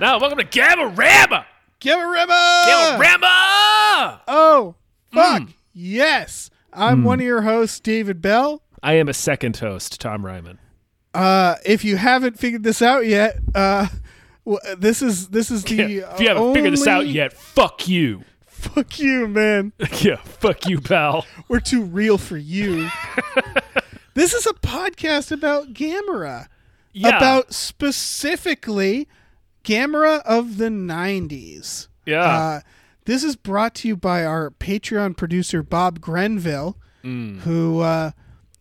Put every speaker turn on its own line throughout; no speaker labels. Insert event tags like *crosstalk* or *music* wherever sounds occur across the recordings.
Now, welcome to Gamma Ramma!
Give it Rimmer!
Gamma Ramma!
Oh, fuck.
Mm.
Yes. I'm one of your hosts, David Bell.
I am a second host, Tom Ryman.
Uh, if you haven't figured this out yet, uh, w- this is this is the
Yeah, *laughs* if you haven't figured this out
only-
yet, fuck you.
*laughs*
*laughs*
Fuck you, man.
yeah, fuck you, pal.
We're too real
*laughs*
for you. this is a podcast about Gamera,
Yeah.
about specifically Gamera of the '90s.
yeah.
Uh, this is brought to you by our Patreon producer Bob Grenville, who uh,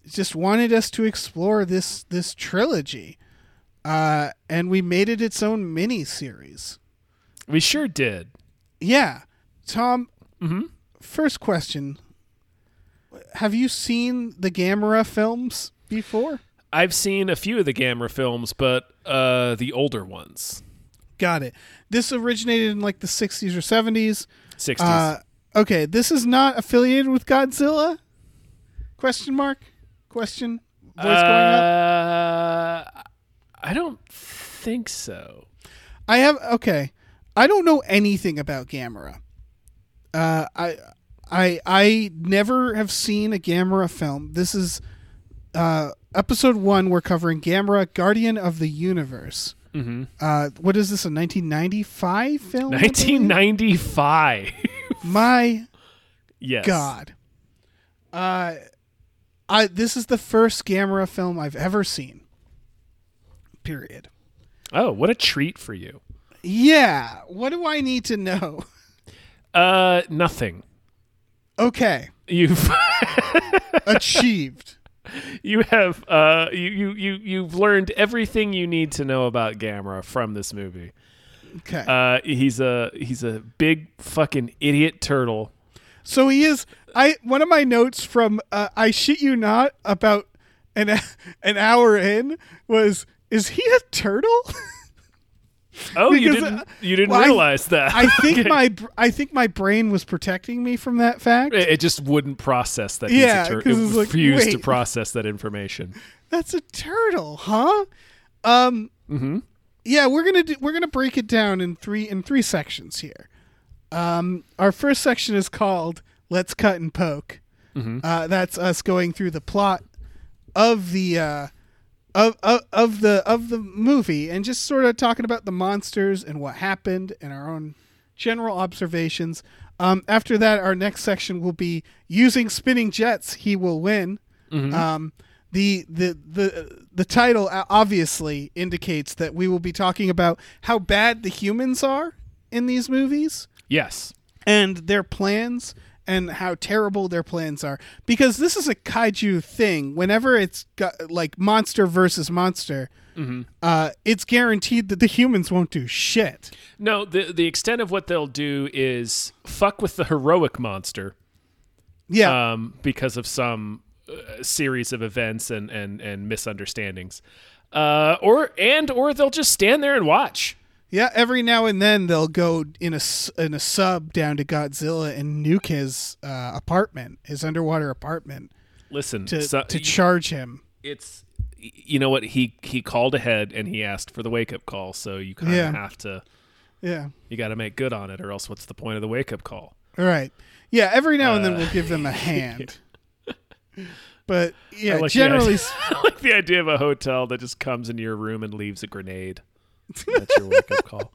just wanted us to explore this this trilogy, uh, and we made it its own mini series.
we sure did.
Yeah, Tom. Mm-hmm. First question: Have you seen the Gamera films before?
I've seen a few of the Gamera films, but uh, the older ones,
Got it. This originated in like the '60s or '70s.
sixties.
Uh, okay, this is not affiliated with Godzilla? Question mark? Question? Voice going
Uh,
up?
I don't think so.
I have okay. I don't know anything about Gamera. Uh, I I I never have seen a Gamera film. This is uh, episode one. We're covering Gamera, Guardian of the Universe. Mm-hmm. Uh, what is this? A 1995 film? I believe?
Nineteen ninety five.
My
*laughs* yes.
God. Uh, I this is the first Gamera film I've ever seen. Period.
Oh, what a treat for you.
Yeah. What do I need to know? *laughs*
Uh, nothing.
Okay.
You've *laughs*
Achieved.
you have uh you you you you've learned everything you need to know about Gamera from this movie.
Okay.
Uh, he's a he's a big fucking idiot turtle.
so he is. I one of my notes from uh, I shit you not about an *laughs* an hour in was is he a turtle? *laughs*
Oh, you
Because,
didn't
uh,
you didn't
well, I-
realize that.
I think
Okay.
my br- I think my brain was protecting me from that fact.
it it just wouldn't process that.
Yeah,
he's a tur-
'cause
it
it's like,
refused to
wait.
process that information.
That's a turtle, huh? Um, yeah, we're gonna do, we're gonna break it down in three in three sections here. Um, our first section is called "Let's Cut and Poke." Uh, that's us going through the plot of the uh, of, of of the of the movie and just sort of talking about the monsters and what happened and our own general observations. Um, after that, our next section will be using spinning jets. He will win. Um, the the the the title o- obviously indicates that we will be talking about how bad the humans are in these movies
Yes.
and their plans and how terrible their plans are because this is a kaiju thing whenever it's got, like monster versus monster
Mm-hmm.
uh, it's guaranteed that the humans won't do shit
No. the The extent of what they'll do is fuck with the heroic monster
yeah
um, because of some uh, series of events and and and misunderstandings, uh, or and or they'll just stand there and watch.
yeah every now and then they'll go in a s- in a sub down to godzilla and nuke his uh, apartment his underwater apartment
Listen,
to,
so-
to charge him
it's you know what he he called ahead and he asked for the wake up call, so you kind of
Yeah.
have to
yeah
you got to make good on it, or else what's the point of the wake up call?
All right. Yeah, every now and then we'll give
*laughs*
them a hand. But yeah,
Uh, I like the
generally,
idea- *laughs* I like the idea of a hotel that just comes into your room and leaves a grenade. That's your wake up
*laughs*
call.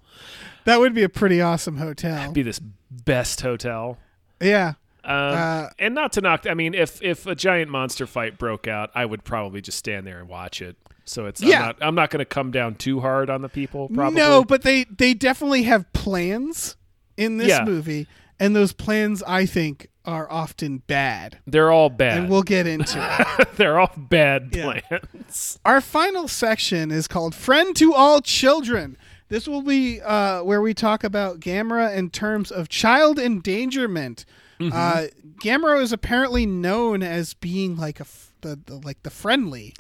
that would be a pretty awesome hotel.
Be this best hotel.
yeah.
Um,
Uh,
and not to knock, I mean, if if a giant monster fight broke out, I would probably just stand there and watch it. So it's
Yeah.
I'm not, I'm not going to come down too hard on the people. Probably
No, but they they definitely have plans in this
Yeah.
movie, and those plans I think are often bad.
they're all bad.
And we'll get into it.
*laughs* they're all bad
Yeah.
plans.
Our final section is called "Friend to All Children." This will be uh, where we talk about Gamera in terms of child endangerment.
Mm-hmm.
Uh, Gamera is apparently known as being like a f- the, the like the friendly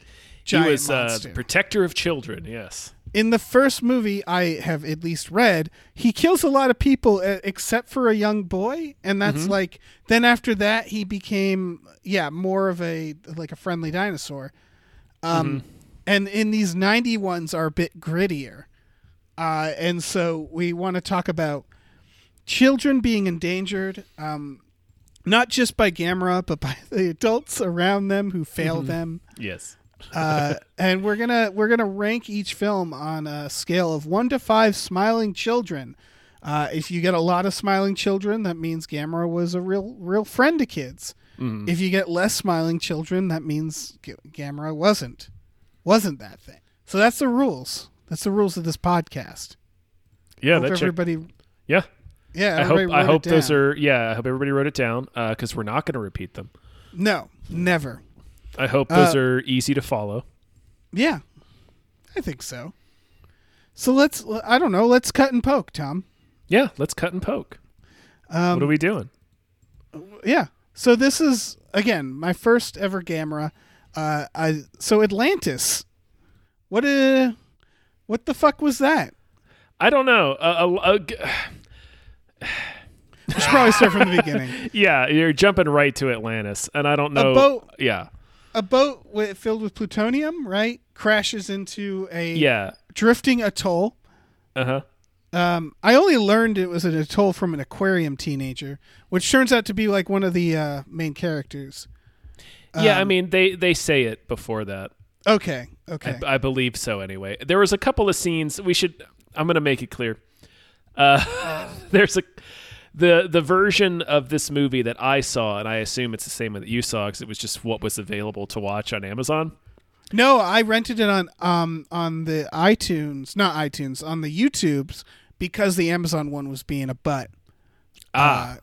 giant
he was uh,
monster.
the protector of children. Yes.
in the first movie I have at least read, he kills a lot of people uh, except for a young boy, and that's like then after that he became yeah more of a like a friendly dinosaur. Um, and in these ninety ones are a bit grittier, uh, and so we want to talk about children being endangered, um, not just by Gamera but by *laughs* the adults around them who fail them
Yes.
uh, and we're gonna we're gonna rank each film on a scale of one to five smiling children. Uh, if you get a lot of smiling children, that means Gamera was a real real friend to kids.
Mm-hmm.
If you get less smiling children, that means G- Gamera wasn't wasn't that thing. So that's the rules. That's the rules of this podcast.
Yeah.
Hope
That check-
everybody,
yeah.
yeah,
I hope
everybody
I
wrote it
hope those
down.
are yeah. I hope everybody wrote it down because we're not going to repeat them.
no, never.
I hope
Uh,
those are easy to follow.
Yeah, I think so. So let's I don't know. Let's cut and poke, Tom.
Yeah. Let's cut and poke.
Um,
what are we doing?
yeah. So this is again my first ever Gamera. Uh, I so Atlantis. What uh, what the fuck was that?
I don't know. Uh, uh, uh, g-
We should probably start from the
*laughs*
beginning.
yeah, you're jumping right to Atlantis, and I don't know.
boat-
Yeah,
A boat wi filled with plutonium, right, crashes into a
yeah.
drifting atoll.
Uh huh.
Um, I only learned it was an atoll from an aquarium teenager, which turns out to be like one of the uh, main characters. Um,
yeah, I mean they they say it before that.
Okay, okay,
I, I believe so. Anyway, there was a couple of scenes. We should. I'm gonna make it clear. Uh, *laughs* there's a the the version of this movie that I saw, and I assume it's the same one that you saw because it was just what was available to watch on Amazon.
No, I rented it on um on the iTunes, not iTunes, on the YouTubes because the Amazon one was being a butt.
Ah.
Uh,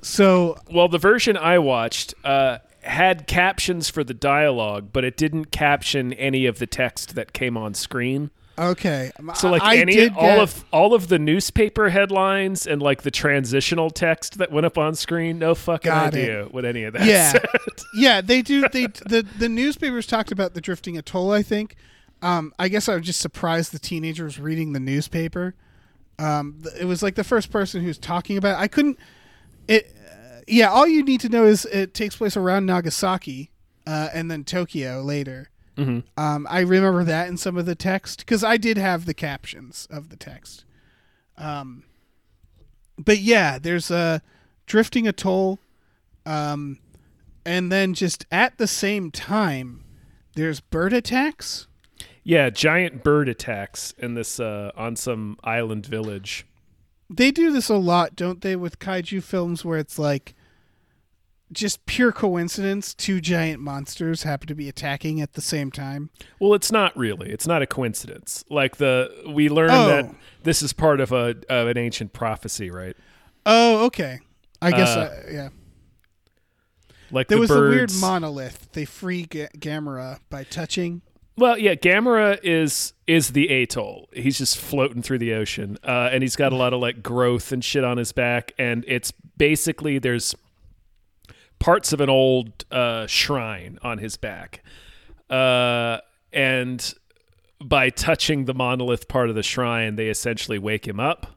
so
Well, the version I watched uh, had captions for the dialogue, but it didn't caption any of the text that came on screen.
okay,
So like
I, I
any
did
all
get-
of all of the newspaper headlines and like the transitional text that went up on screen, no fucking
Got
idea what any of that
Yeah.
said. *laughs*
yeah they do they the the newspapers talked about the drifting atoll. I think. Um, I guess I was just surprised the teenager was reading the newspaper. Um, th- it was like the first person who's talking about. It. I couldn't. It. Uh, yeah, all you need to know is it takes place around Nagasaki, uh, and then Tokyo later.
Mm-hmm.
Um, I remember that in some of the text because I did have the captions of the text. Um, but yeah, there's a drifting atoll, um, and then just at the same time, there's bird attacks.
yeah, giant bird attacks in this uh, on some island village.
They do this a lot, don't they, with kaiju films where it's like just pure coincidence two giant monsters happen to be attacking at the same time.
Well, it's not really. It's not a coincidence. Like the we learn
Oh.
that this is part of a of an ancient prophecy, right?
Oh, okay. I guess
Uh,
I, yeah.
Like
There
the
was a weird
birds-
monolith. They free Ga- Gamera by touching.
Well, yeah, Gamera is is the atoll. He's just floating through the ocean, uh, and he's got a lot of like growth and shit on his back, and it's basically there's parts of an old uh, shrine on his back, uh, and by touching the monolith part of the shrine, they essentially wake him up.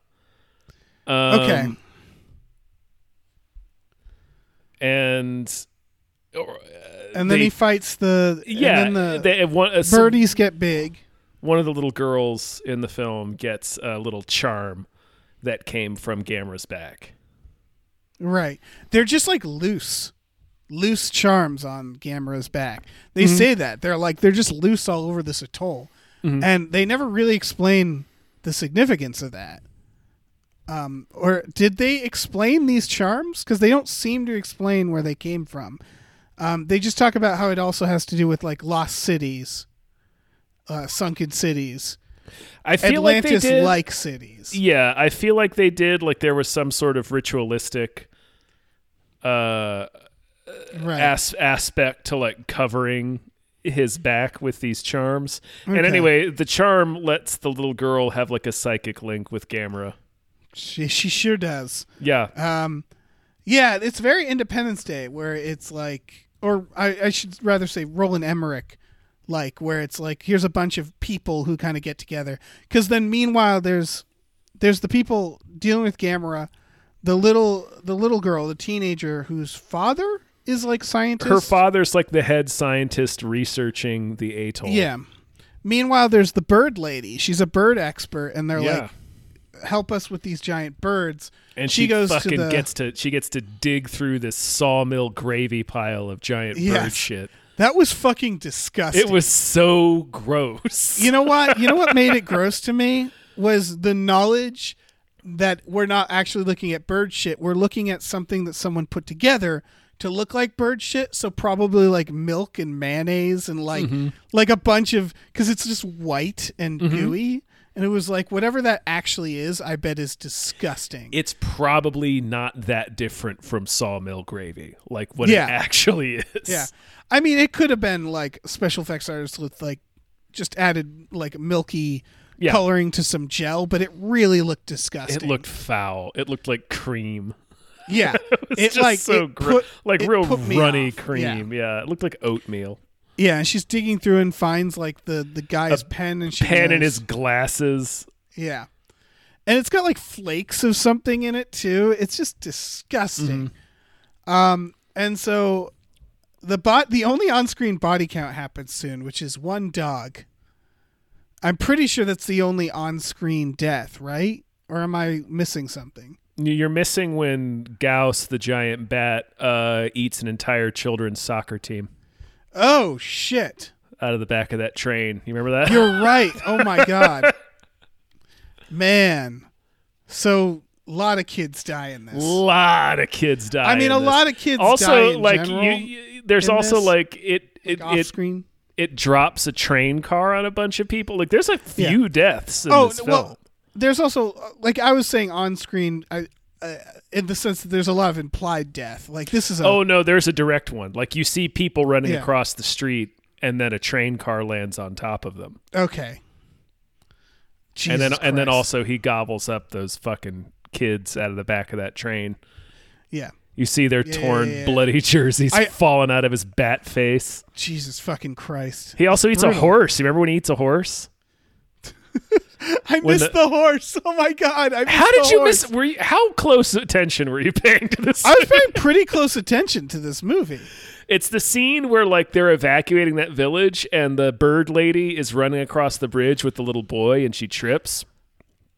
Um,
Okay.
and or,
and then
they-
he fights the
yeah,
and then the
they one, uh, some-
birdies get big.
one of the little girls in the film gets a little charm that came from Gamera's back.
Right. They're just like loose. Loose charms on Gamera's back. They
Mm-hmm.
say that. They're like they're just loose all over this
Mm-hmm.
atoll. And they never really explain the significance of that. Um, or did they explain these charms? Because they don't seem to explain where they came from. Um, they just talk about how it also has to do with like lost cities, uh, sunken cities,
I feel like they did.
Atlantis-like cities.
yeah, I feel like they did. Like there was some sort of ritualistic uh,
Right.
as- aspect to like covering his back with these charms. And
Okay.
anyway, the charm lets the little girl have like a psychic link with Gamera.
She she sure does.
Yeah,
Um, yeah, it's very Independence Day where it's like, or I, I should rather say Roland Emmerich, like where it's like here's a bunch of people who kind of get together. Because then meanwhile there's there's the people dealing with Gamera, the little the little girl, the teenager whose father is like scientist.
her father's like the head scientist researching the atoll.
Yeah. Meanwhile, there's the bird lady. She's a bird expert, and they're
yeah.
like, "Help us with these giant birds."
and she,
goes
fucking
to the,
gets to she gets to dig through this sawmill gravy pile of giant bird
Yes.
shit.
That was fucking disgusting.
It was so gross.
*laughs* You know what? You know what made it gross to me was the knowledge that we're not actually looking at bird shit. We're looking at something that someone put together to look like bird shit. So probably like milk and mayonnaise and like
Mm-hmm.
like a bunch of because it's just white and gooey. And it was like whatever that actually is, I bet is disgusting.
it's probably not that different from sawmill gravy, like what
Yeah.
it actually is.
yeah, I mean it could have been like special effects artists with like just added like milky.
Yeah.
Coloring to some gel, but it really looked disgusting.
It looked foul. It looked like cream. *laughs*
Yeah,
It's just so
it
gro-
put-
like
it
real
put me
runny
off.
cream.
Yeah.
Yeah. it looked like oatmeal.
yeah, and she's digging through and finds like the the guy's pen and she
Pan in
knows-
his glasses.
yeah, and it's got like flakes of something in it too. It's just disgusting. Um, and so the bot the only on screen body count happens soon, which is one dog. I'm pretty sure that's the only on screen death, right? Or am I missing something?
You're missing when Gauss, the giant bat, uh, eats an entire children's soccer team
Oh shit.
out of the back of that train. You remember that?
You're right. Oh my god. Man. So a lot of kids die in
*laughs* a
this.
lot of kids die.
I mean
in
a
this.
lot of kids
Also,
die in
like
general,
you, you, there's
in
also
this.
like it,
like
it,
off
it
screen.
it drops a train car on a bunch of people. Like there's a few deaths in
Oh,
this film.
well there's also uh, like I was saying on screen I uh, in the sense that there's a lot of implied death. Like this is a
oh no, there's a direct one. Like you see people running
Yeah.
across the street and then a train car lands on top of them.
okay. Jesus
and then and then
Christ.
also he gobbles up those fucking kids out of the back of that train.
yeah.
You see their
yeah,
torn
yeah.
bloody *laughs* jerseys
I-
falling out of his bat face.
Jesus fucking Christ.
He also eats a
Brutal.
horse. You remember when he eats a horse?
I
When
missed
the-
the, horse. Oh my god. I
How
missed
did
the
you
horse.
miss were you, how close attention were you *laughs* paying to this?
I was paying pretty close attention to this movie.
It's the scene where like they're evacuating that village and the bird lady is running across the bridge with the little boy and she trips.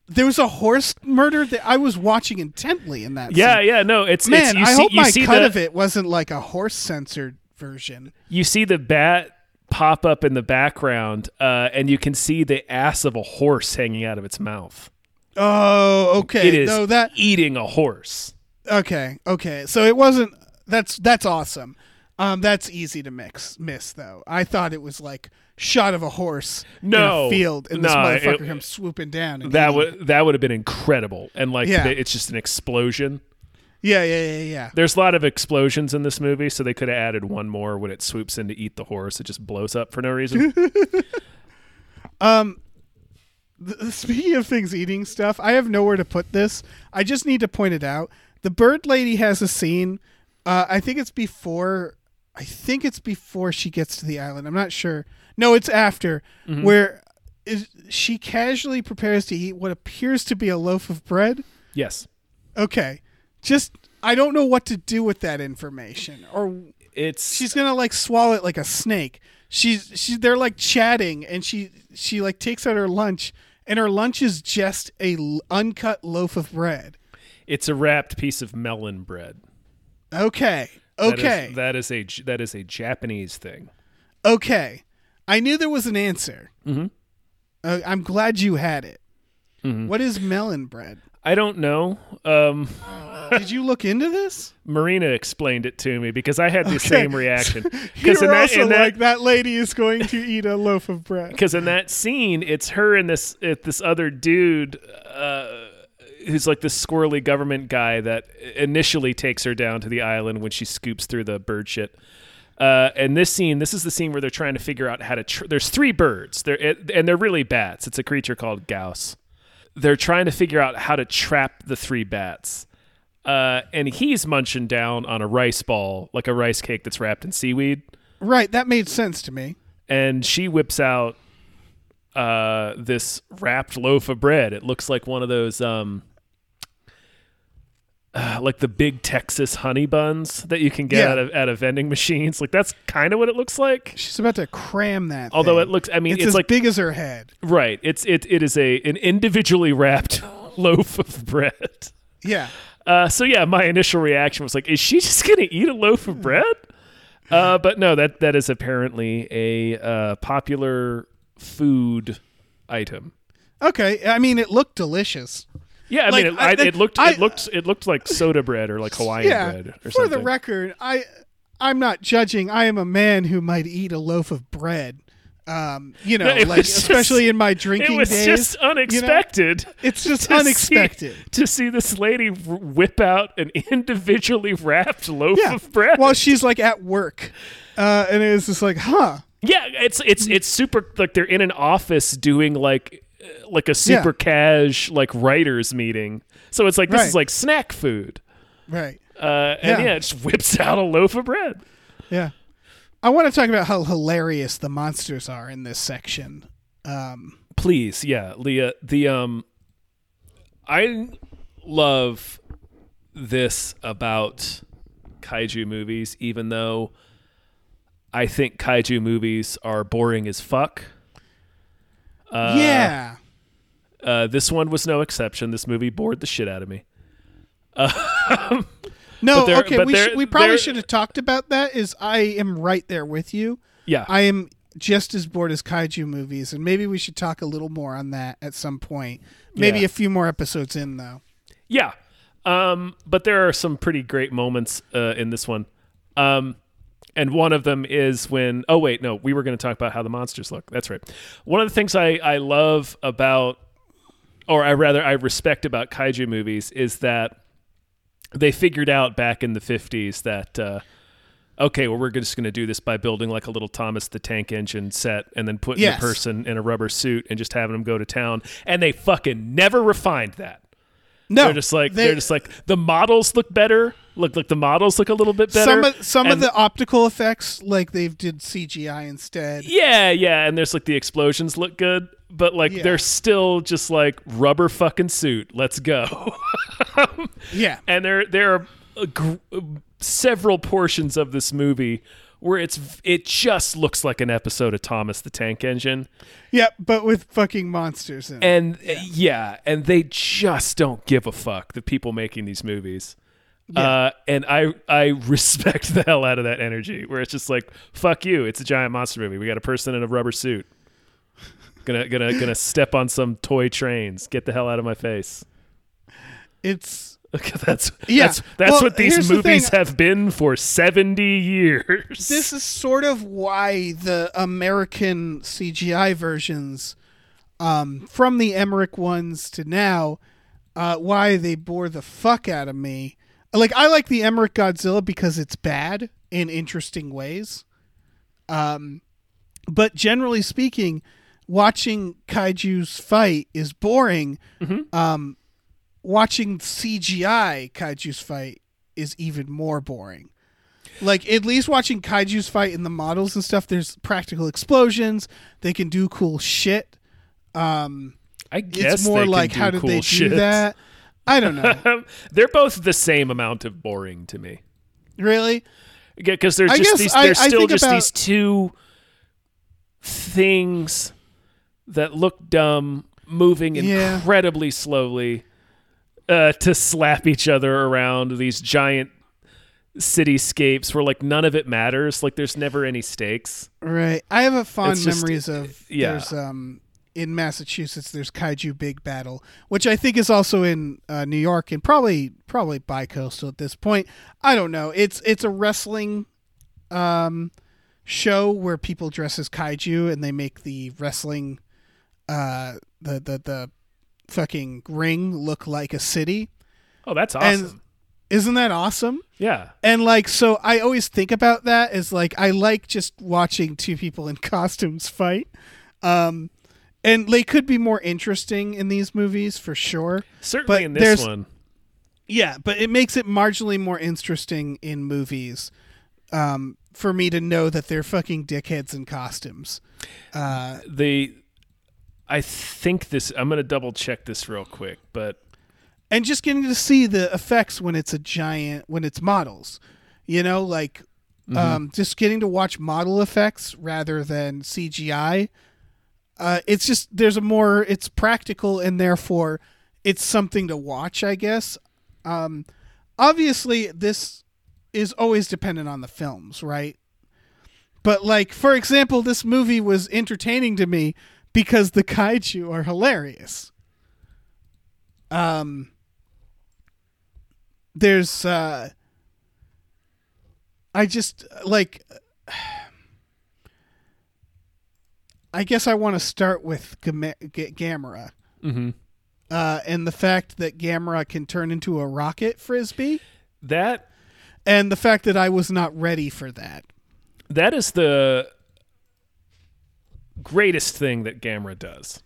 There was a horse murder that I was watching intently in that.
Yeah,
scene.
yeah, no, it's it's,
man,
you
I
see
hope
you
my
see
cut
the
of it wasn't like a horse censored version.
you see the bat pop up in the background uh, and you can see the ass of a horse hanging out of its mouth.
Oh, okay.
It is
no, that
eating a horse.
okay, okay. So it wasn't. That's that's awesome. Um, that's easy to mix miss though. I thought it was like shot of a horse in
No,
a field, and this
nah,
motherfucker
it-
comes swooping down. And
That
eating it.
would that would have been incredible. And like
Yeah.
the- it's just an explosion.
yeah, yeah, yeah, yeah.
There's a lot of explosions in this movie, so they could have added one more when it swoops in to eat the horse. It just blows up for no
*laughs*
reason.
Th- Speaking of things eating stuff, I have nowhere to put this. I just need to point it out. The bird lady has a scene. Uh, I think it's before. I think it's before she gets to the island. I'm not sure. No, it's after where is, she casually prepares to eat what appears to be a loaf of bread.
yes.
Okay, just I don't know what to do with that information. Or
It's
she's gonna like swallow it like a snake. She's she they're like chatting and she she like takes out her lunch and her lunch is just a l- uncut loaf of bread.
It's a wrapped piece of melon bread.
Okay.
That is-
Okay.
that is a J- that is a Japanese thing.
okay. I knew there was an
Mm-hmm.
answer. Mm-hmm. Uh, I'm glad you had it. What is melon bread?
I don't know. Um,
Did you look
*laughs*
into this?
Marina explained it to me because I had the same
*laughs*
reaction.
You
in
were
that,
also
in that,
like that lady is going to eat a loaf
*laughs*
of *laughs* bread.
because in that scene, it's her and this it, this other dude uh, who's like this squirrely government guy that initially takes her down to the island when she scoops through the bird shit. Uh, and this scene, this is the scene where they're trying to figure out how to. Tr- There's three birds, they're, it, and they're really bats. It's a creature called Gauss. They're trying to figure out how to trap the three bats. Uh, and he's munching down on a rice ball, like a rice cake that's wrapped in seaweed
Right, that made sense to me.
and she whips out uh, this wrapped loaf of bread. It looks like one of those, um, uh, like the big Texas honey buns that you can get
Yeah.
out of out of vending machines. Like that's kind of what it looks like.
She's about to cram that.
Although
thing.
it looks, I mean,
it's,
it's,
as
like
big as her head.
right. It's it it is a an individually wrapped *laughs* loaf of bread.
Yeah,
Uh, so yeah, my initial reaction was like, is she just gonna eat a loaf of bread? Uh, but no, that that is apparently a uh, popular food item.
okay. I mean, it looked delicious.
Yeah, I
Like,
mean, it,
I-
I,
that-
it looked
I-
it looked it looked like soda bread or like Hawaiian
yeah.
bread or
for
something.
the record, I I'm not judging. I am a man who might eat a loaf of bread. Um, you know,
it
like
was just-
especially in my
it
drinking
was
days.
just unexpected.
it's
*laughs*
just
to see-
unexpected.
to see this lady w- whip out an individually wrapped loaf
yeah.
of bread.
While she's like at work, uh, and it was just like, huh?
yeah, it's it's it's super like they're in an office doing like uh, like a super cash like writers meeting. So it's like this is
Right.
like snack food.
Right.
Uh, and
Yeah.
yeah. it just whips out a loaf of bread.
Yeah. I want to talk about how hilarious the monsters are in this section. Um,
please yeah leah the um i love this about kaiju movies even though i think kaiju movies are boring as fuck uh,
yeah.
uh, this one was no exception this movie bored the shit out of me
No,
but they're-
okay.
but
We, sh-
they're-
we probably
they're-
should have talked about that. Is I am right there with you.
yeah
I am just as bored as kaiju movies, and maybe we should talk a little more on that at some point. Maybe
Yeah.
a few more episodes in, though.
Yeah. Um, but there are some pretty great moments uh, in this one. Um, and one of them is when, oh, wait, no, we were going to talk about how the monsters look. That's right. One of the things I, I love about, or I rather, I respect about kaiju movies is that they figured out back in the 50s that, uh, okay, well, we're just going to do this by building like a little Thomas the Tank Engine set and then putting
Yes.
the person in a rubber suit and just having them go to town. And they fucking never refined that.
No,
They're just like they, are just like the models look better. Look like the models look a little bit better.
some of some of
And-
the optical effects, like they did CGI instead.
yeah, yeah, and there's like the explosions look good, but like
Yeah.
they're still just like rubber fucking suit. Let's go. *laughs*
Yeah,
and there there are a gr- several portions of this movie where it's it just looks like an episode of Thomas the Tank Engine.
yeah, but with fucking monsters in. it.
And uh, yeah. and they just don't give a fuck the people making these movies. Uh, and I I respect the hell out of that energy where it's just like fuck you, it's a giant monster movie. We got a person in a rubber suit. Gonna gonna gonna step on some toy trains. Get the hell out of my face. *laughs*
It's
Okay, that's
Yeah.
that's that's
Well,
what these
here's the
movies
thing.
have been for 70 years.
this is sort of why the American CGI versions, um, from the Emmerich ones to now, uh, why they bore the fuck out of me. Like I like the Emmerich Godzilla because it's bad in interesting ways. Um, but generally speaking, watching kaiju's fight is boring. Um, watching CGI kaiju's fight is even more boring. Like at least watching kaiju's fight in the models and stuff, there's practical explosions. They can do cool shit.
*laughs* I
It's
guess
more
they can
like
do
how did
cool
they do
shit.
that? I don't know.
*laughs* They're both the same amount of boring to me.
really?
because there's
I
just
guess
these,
I-
there's
I
still
think
just
about-
these two things that look dumb, moving
Yeah.
incredibly slowly uh, to slap each other around these giant cityscapes where like none of it matters. Like there's never any stakes.
Right. I have a fond
It's just- uh,
memories of
yeah.
there's um in Massachusetts, there's Kaiju Big Battle, which I think is also in uh, New York and probably probably bi-coastal at this point. I don't know. It's it's a wrestling um, show where people dress as kaiju and they make the wrestling uh, the the the fucking ring look like a city.
Oh, that's awesome.
And isn't that awesome?
yeah.
And like so I always think about that as like I like just watching two people in *laughs* costumes fight. Um and they could be more interesting in these movies for sure.
Certainly
but
in
there's-
this one.
Yeah, but it makes it marginally more interesting in movies um for me to know that they're fucking dickheads in costumes. Uh
The I think this I'm gonna double check this real quick, but
and just getting to see the effects when it's a giant when it's models you know like um, just getting to watch model effects rather than cgi uh, it's just there's a more it's practical and therefore it's something to watch i guess um, obviously this is always dependent on the films right but like for example this movie was entertaining to me because the kaiju are hilarious um there's uh i just like i guess i want to start with Gam- G- gamera
Mhm.
uh and the fact that gamera can turn into a rocket frisbee
that
and the fact that i was not ready for that
that is the greatest thing that Gamera does.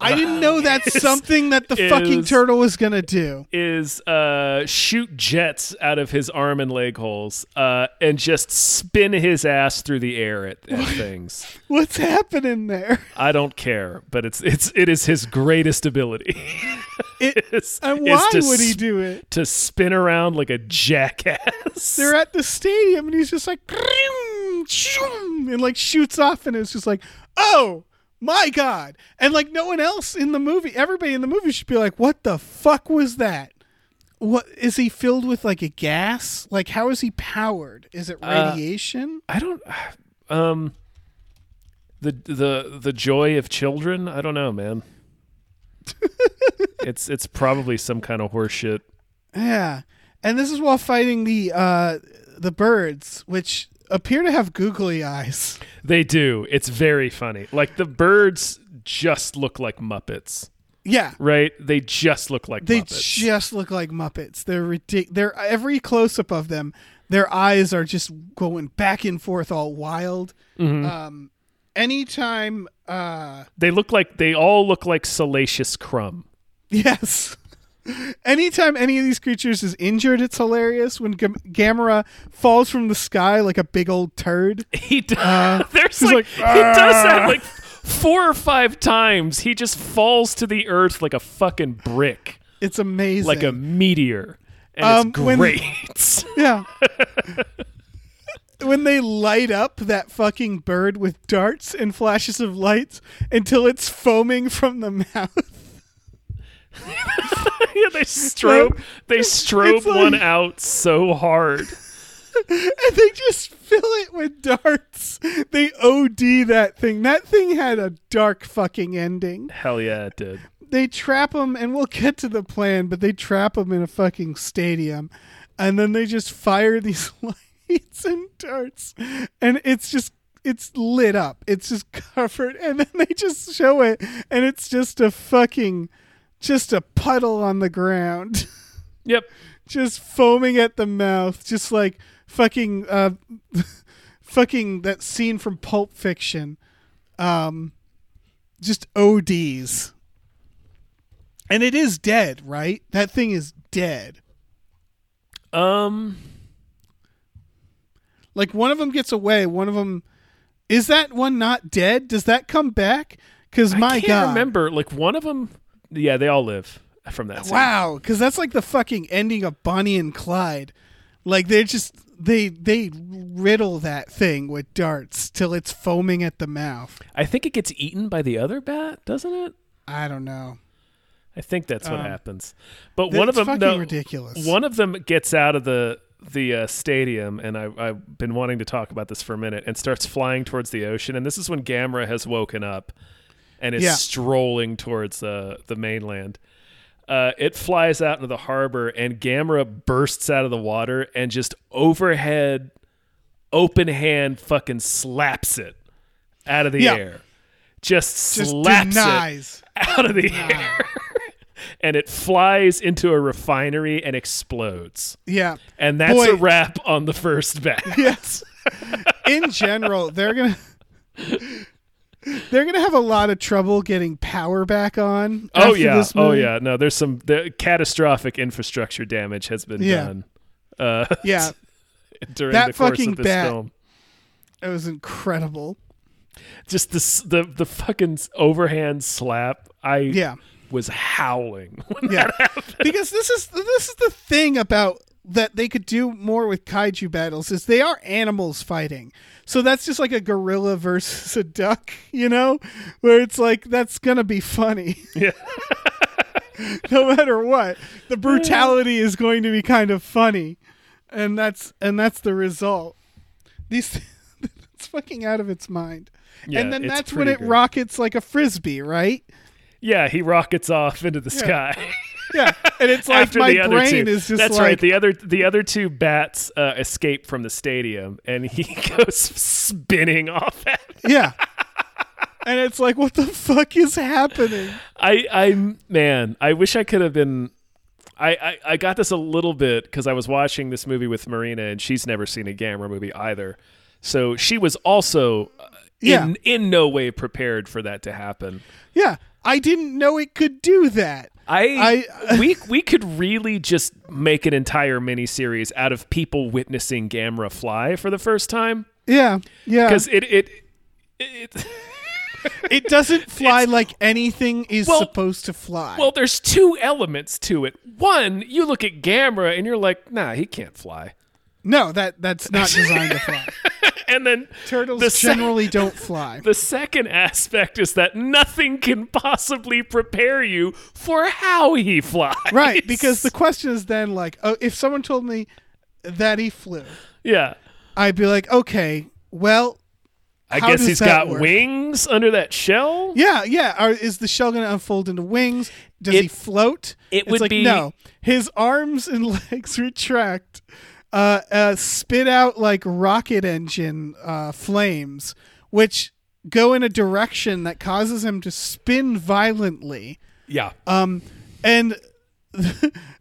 i didn't know that's
Is-
something that the fucking
is-
turtle was gonna do
Is uh, shoot jets out of his arm and leg holes, uh, and just spin his ass through the air at, at things.
what's happening there
I don't care, but it's it's it is his greatest ability. *laughs*
It-
Is-
and
is
why
to
would he
s-
do it
to spin around like a jackass?
they're at the stadium and he's just like "Vroom, shoom," and like shoots off and it's just like oh my god and like no one else in the movie everybody in the movie should be like what the fuck was that what is he filled with like a gas like how is he powered is it radiation
I don't. Um, the the the joy of children. I don't know, man. it's it's probably some kind of horseshit.
yeah and this is while fighting the uh the birds which appear to have googly eyes
They do. It's very funny. Like the birds just look like Muppets,
yeah
right? They just look like
They
Muppets.
just look like Muppets. They're ridiculous. They're every close up of them. Their eyes are just going back and forth, all wild.
Mm-hmm.
Um, anytime,
*laughs*
uh,
they look like they all look like Salacious Crumb. *laughs*
yes. Anytime any of these creatures is injured, it's hilarious. When Gam- Gamera falls from the sky like a big old turd,
He does. *laughs* there's
Uh, he's
like,
like, "Ah."
he does that like four or five times. He just falls to the earth like a fucking brick,
it's amazing.
like a meteor, and
Um,
it's
when-
great.
*laughs*
*laughs*
Yeah. when they light up that fucking bird with darts and flashes of lights until it's foaming from the mouth.
yeah, they strobe they strobe
It's like-
one out so hard.
And they just fill it with darts. They OD that thing. That thing had a dark fucking ending.
Hell yeah, it did.
They trap them, and we'll get to the plan, but they trap them in a fucking stadium. And then they just fire *laughs* these lights and darts. And it's just, it's lit up. It's just covered. And then they just show it, and it's just a fucking, just a puddle on the ground. *laughs*
Yep.
just foaming at the mouth, just like fucking uh, *laughs* fucking that scene from Pulp Fiction. Um, just ODs. And it is dead, right? That thing is dead.
Um.
Like one of them gets away, one of them is that one not dead? Does that come back? Cuz my
I can't
god.
remember. Like one of them. Yeah, they all live from that. scene.
Wow, because that's like the fucking ending of Bonnie and Clyde. Like they're just they they riddle that thing with darts till it's foaming at the mouth.
I think it gets eaten by the other bat, doesn't it?
I don't know.
I think that's what
Um,
happens. But
That's
one of them,
fucking
no,
ridiculous.
One of them gets out of the the uh, stadium, and I, I've been wanting to talk about this for a minute, and starts flying towards the ocean. And this is when Gamera has woken up, and is
Yeah.
strolling towards the the mainland. Uh, it flies out into the harbor, and Gamera bursts out of the water and just overhead, open hand, fucking slaps it out of the
Yeah.
air. Just,
Just
slaps it
denies.
out of the air, *laughs* and it flies into a refinery and explodes.
Yeah.
And that's
Boy.
a wrap on the first batch.
*laughs* Yes. In general, they're gonna *laughs* they're gonna have a lot of trouble getting power back on.
Oh
after
yeah.
this
Oh
movie.
yeah. No, there's some the catastrophic infrastructure damage has been
Yeah.
done. *laughs* Uh,
Yeah.
during
That
the course
fucking
of this
bat.
film,
It was incredible.
just the s- the the fucking s- overhand slap. I
Yeah.
was howling. *laughs*
Yeah. because this is this is the thing about that they could do more with kaiju battles is they are animals fighting. So that's just like a gorilla versus a duck, you know? Where it's like that's going to be funny.
Yeah.
*laughs* no matter what, the brutality is going to be kind of funny. And that's and that's the result. These *laughs* it's fucking out of its mind.
Yeah,
and then
it's
that's when
pretty
it
great.
rockets like a frisbee, right?
yeah, he rockets off into the sky.
Yeah. And it's like
After
my
the other
brain
two.
is just
That's
like
right. The other the other two bats uh, escape from the stadium, and he *laughs* goes spinning off at
*laughs* Yeah. and it's like, what the fuck is happening?
I I man, I wish I could have been. I, I, I got this a little bit because I was watching this movie with Marina and she's never seen a Gamera movie either, so she was also uh,
Yeah.
in in no way prepared for that to happen.
Yeah. I didn't know it could do that.
I, *laughs*
I-
we we could really just make an entire miniseries out of people witnessing Gamera fly for the first time
Yeah. Yeah.
because it it it *laughs*
it doesn't fly like anything is
Well-
supposed to fly.
Well, there's two elements to it. One, you look at Gamera and you're like, nah, he can't fly.
no, that
*laughs*
that's not designed to fly.
And then
Turtles
the sec-
generally don't fly.
the second aspect is that nothing can possibly prepare you for how he flies. *laughs*
right, because the question is then like, oh, if someone told me that he flew,
yeah,
I'd be like, okay, well,
I
How
guess
does
he's
that
got
work?
wings under that shell.
Yeah, yeah. Are, is the shell going to unfold into wings? Does he
It-
float?
it
it's
would
like,
be-
no. His arms and *laughs* legs retract, uh, uh, spit out like rocket engine uh, flames, which go in a direction that causes him to spin violently.
Yeah,
Um, and *laughs*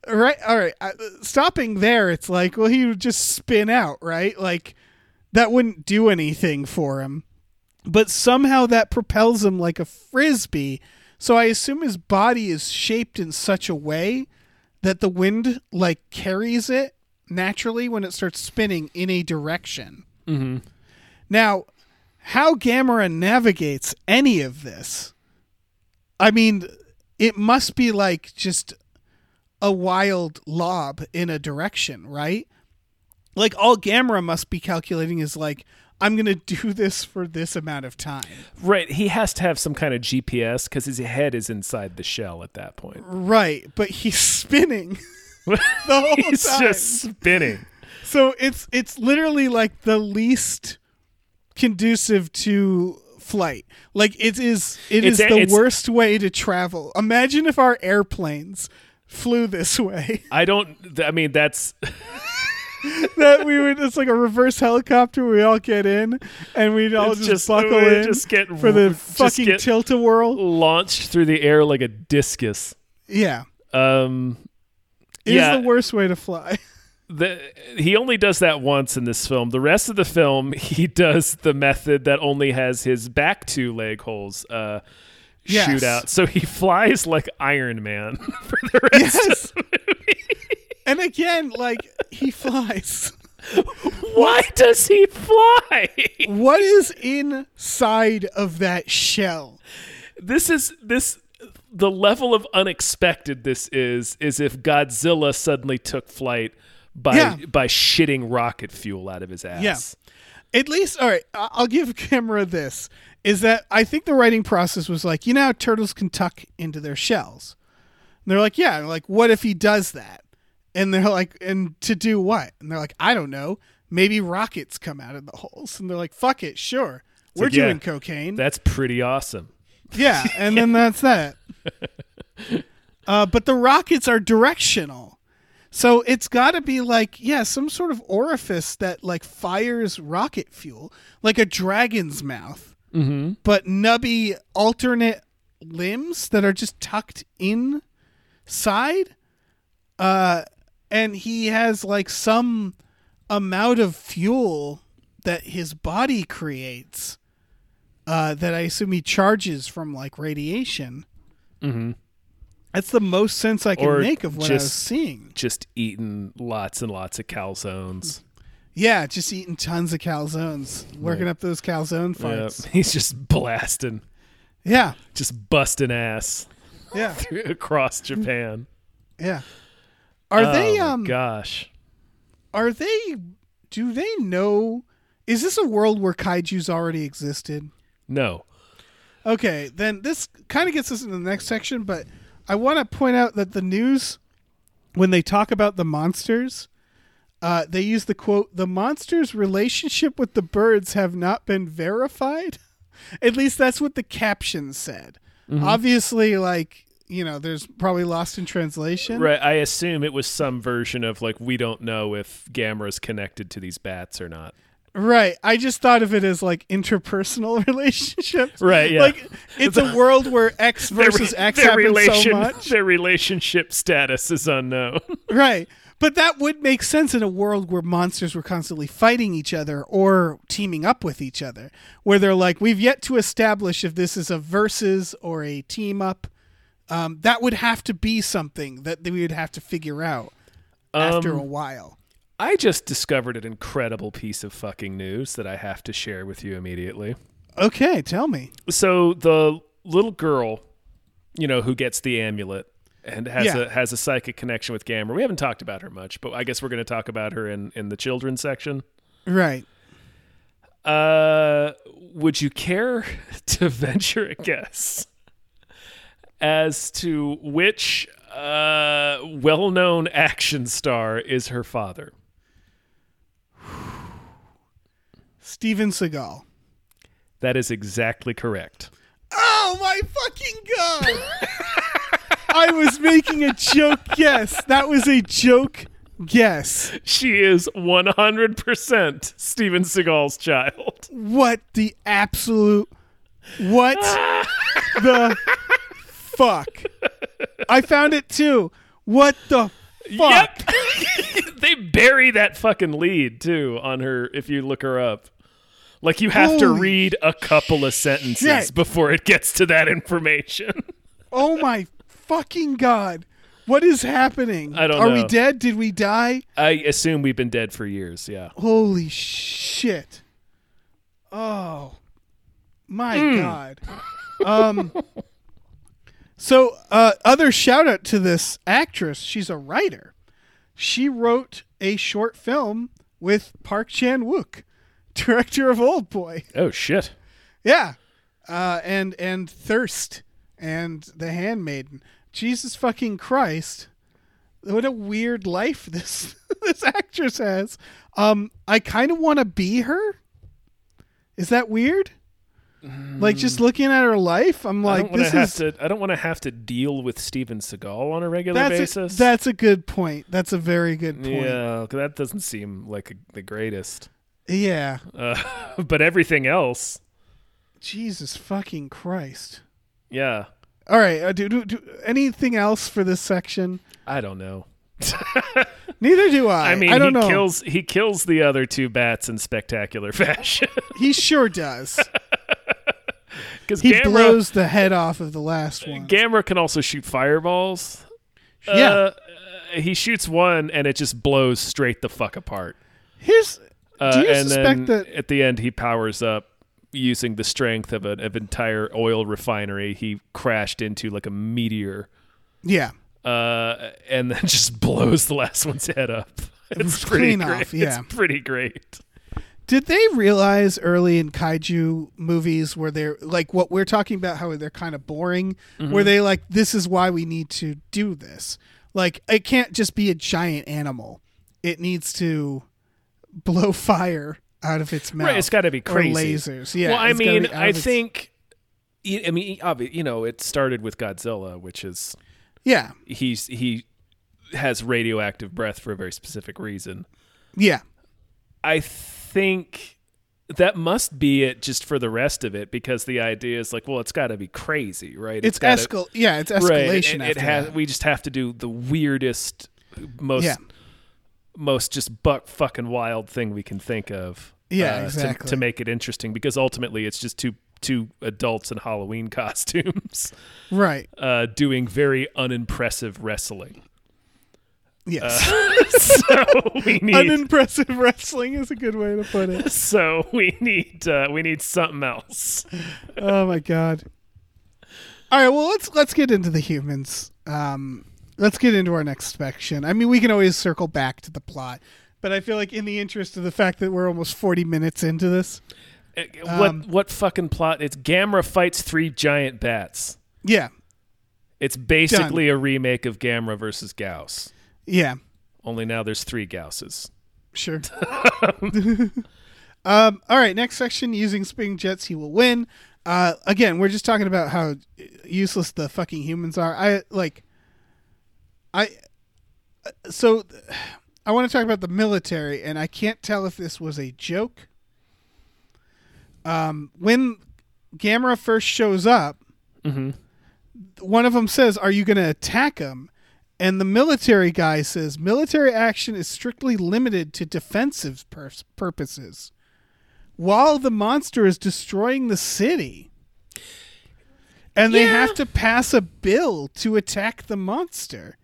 right, all right. uh, Stopping there, it's like, well, he would just spin out, right? Like that wouldn't do anything for him. But somehow that propels him like a frisbee. So I assume his body is shaped in such a way that the wind like carries it naturally when it starts spinning in a direction. Now, how Gamera navigates any of this, I mean, it must be like just a wild lob in a direction, right? Like all Gamera must be calculating is like, I'm gonna *laughs* do this for this amount of time.
right. He has to have some kind of GPS because his head is inside the shell at that point. *laughs*
Right, but he's *laughs* spinning the whole
he's
time.
just spinning.
So it's it's literally like the least conducive to flight. Like it is it
It's
is
a-
the
it's-
worst way to travel. Imagine if our airplanes flew this *laughs* way.
I don't. I mean, that's
that we would it's like a reverse helicopter we all get in and we'd all
It's
just,
just-
buckle
we
in
just get-
for the
just
fucking
get-
tilt-a-whirl.
launched through the air like a discus.
Yeah.
Um,
Is
Yeah.
the worst way to *laughs* fly.
the he only does that once in this film. The rest of the film, *laughs* he does the method that only has his back two leg holes uh,
Yes.
shoot out. So he *laughs* flies like Iron
*laughs*
Man for the rest.
Yes. and again, like he flies.
Why does he fly? *laughs*
What is inside of that shell?
this is this the level of unexpected this is is if Godzilla suddenly took flight by
Yeah.
by shitting rocket fuel out of his ass.
Yeah. at least all right I- i'll give camera this is that i think the writing process was like you know how turtles can tuck into their shells and they're like yeah And like what if he does that and they're like and to do what and they're like i don't know maybe rockets come out of the holes and they're like fuck it sure we're
like, yeah,
doing cocaine
That's pretty awesome.
*laughs* Yeah, and *laughs* then that's that. Uh, but the rockets are directional. So it's got to be like, yeah, some sort of orifice that like fires rocket fuel, like a dragon's mouth,
Mm-hmm.
but nubby alternate limbs that are just tucked inside. Uh, and he has like some amount of fuel that his body creates uh, that I assume he charges from like radiation.
Mm-hmm.
That's the most sense I can
Or
make of what I was
just-
seeing.
Just eating lots and lots of calzones.
Yeah, just eating tons of calzones, working up those
Yep.
calzone
*laughs*
farts.
He's just blasting,
Yeah,
just busting ass *laughs*
yeah,
across Japan.
yeah. Are they
Oh my
um
gosh.
are they do they know is this a world where kaiju's already existed?
No.
Okay, then this kind of gets us into the next section, but I want to point out that the news, when they talk about the monsters, uh, they use the quote, the monsters' relationship with the birds have not been verified. *laughs* At least that's what the caption said.
Mm-hmm.
Obviously, like, you know, there's probably lost in translation.
Right. I assume it was some version of like, we don't know if Gamera's connected to these bats or not.
Right. I just thought of it as like interpersonal *laughs* relationships.
Right, yeah.
Like, it's a world where
*laughs*
X versus X happens so much.
Their relationship status is unknown. *laughs*
Right. But that would make sense in a world where monsters were constantly fighting each other or teaming up with each other, where they're like, we've yet to establish if this is a versus or a team up. Um, that would have to be something that we would have to figure out after a while.
I just discovered an incredible piece of fucking news that I have to share with you immediately.
Okay, tell me.
So the little girl, you know, who gets the amulet and has
Yeah.
a has a psychic connection with Gamera. We haven't talked about her much, but I guess we're going to talk about her in in the children's section.
Right.
Uh, would you care *laughs* to venture a guess as to which uh, well-known action star is her father?
Steven Seagal.
That is exactly correct.
Oh my fucking god! *laughs* I was making a joke guess. That was a joke guess.
She is 100% Steven Seagal's child.
What the absolute what the fuck? I found it too. What the fuck?
Yep. *laughs* they bury that fucking lead too on her if you look her up. Like you have to
Holy
read a couple of sentences
shit.
before it gets to that information.
Oh my fucking god. What is happening?
I don't
Are we
know.
dead? Did we die?
*laughs* I assume we've been dead for years, yeah.
Holy shit. Oh my god. Um so uh other shout out to this actress, she's a writer. She wrote a short film with Park Chan-wook, *laughs* director of Old Boy.
Oh shit.
Yeah. Uh and and Thirst and The Handmaiden. Jesus fucking Christ. What a weird life *laughs* this this actress has. Um I kind of want to be her. Is that weird? Like just looking at her life,
Mm. I
I'm like
don't want to
this
have
is
to I don't want to have to deal with Steven Seagal on a regular
that's a,
basis.
that's a good point. That's a very good point.
yeah, 'cause that doesn't seem like a, the greatest.
yeah.
Uh, but everything else,
Jesus fucking Christ.
yeah.
All right, uh, do, do, do anything else for this section?
I don't know.
Neither do I.
I mean,
I don't
he
know.
kills he kills the other two bats in spectacular *laughs* fashion
He sure
*laughs*
does.
because
He
Gamera
blows the head off of the last one.
Gamera can also shoot fireballs.
yeah.
Uh, uh, he shoots one and it just blows straight the fuck apart.
Here's
Uh,
Do you
and
suspect
then
that-
at the end he powers up using the strength of an of entire oil refinery he crashed into like a meteor
yeah.
uh, and then *laughs* just blows the last one's head up. *laughs* It's pretty
clean off,
great.
yeah.
It's pretty great.
Did they realize early in kaiju movies where they're like what we're talking about, how they're kind of boring?
Mm-hmm.
Were they like, this is why we need to do this? Like, it can't just be a giant animal. It needs to blow *laughs* fire out of its mouth.
Right, it's got to be
Or
crazy.
lasers. Yeah.
Well, I
it's gotta
mean,
be out
I
of its-
think I mean, obvi- you know, it started with Godzilla, which is
Yeah.
he's he has radioactive breath for a very specific reason.
Yeah.
I think that must be it just for the rest of it because the idea is like, well, it's got to be crazy, right?
It's,
gotta-
escal yeah, it's
right, it-
escalation
It, it
after
has.
that.
We just have to do the weirdest, most,
Yeah.
most just buck fucking wild thing we can think of. uh,
Yeah,
to- To,
exactly.
make it interesting, because ultimately it's just two two adults in Halloween *laughs* costumes
Right.
uh, doing very unimpressive wrestling.
Yes.
*laughs* so we need.
*laughs* Unimpressive wrestling is a good way to
*laughs*
put it.
so we need uh, we need something else. Uh,
Oh my god. All right, well let's let's get into the humans. Um, let's get into our next section. I mean, we can always circle back to the plot, but I feel like in the interest of the fact that we're almost forty minutes into this,
Uh, what what fucking plot? It's Gamera fights three giant bats.
yeah,
It's basically a remake of Gamera versus Gauss.
yeah,
Only now there's three Gausses.
Sure. um, all right, next section using spinning jets, he will win. Uh, again, we're just talking about how useless the fucking humans are. I like, I so I want to talk about the military, and I can't tell if this was a joke. Um, when Gamera first shows up, one of them says, "Are you going to attack him?" And the military guy says, "Military action is strictly limited to defensive pur- purposes." While the monster is destroying the city, and they
Yeah.
have to pass a bill to attack the monster.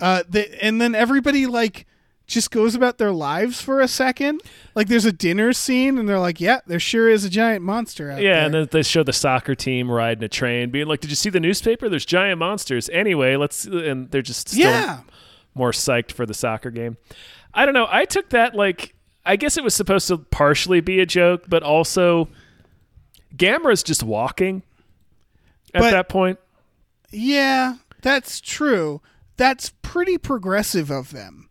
Uh, the, and then everybody like just goes about their lives for a second. Like there's a dinner scene, and they're like, "Yeah, there sure is a giant monster out
Yeah,
there."
and then they show the soccer team riding a train, being like, "Did you see the newspaper? There's giant monsters." Anyway, let's and they're just still
yeah,
more psyched for the soccer game. I don't know. I took that like I guess it was supposed to partially be a joke, but also Gamera's just walking at
But-
that point.
Yeah, that's true. That's pretty progressive of them.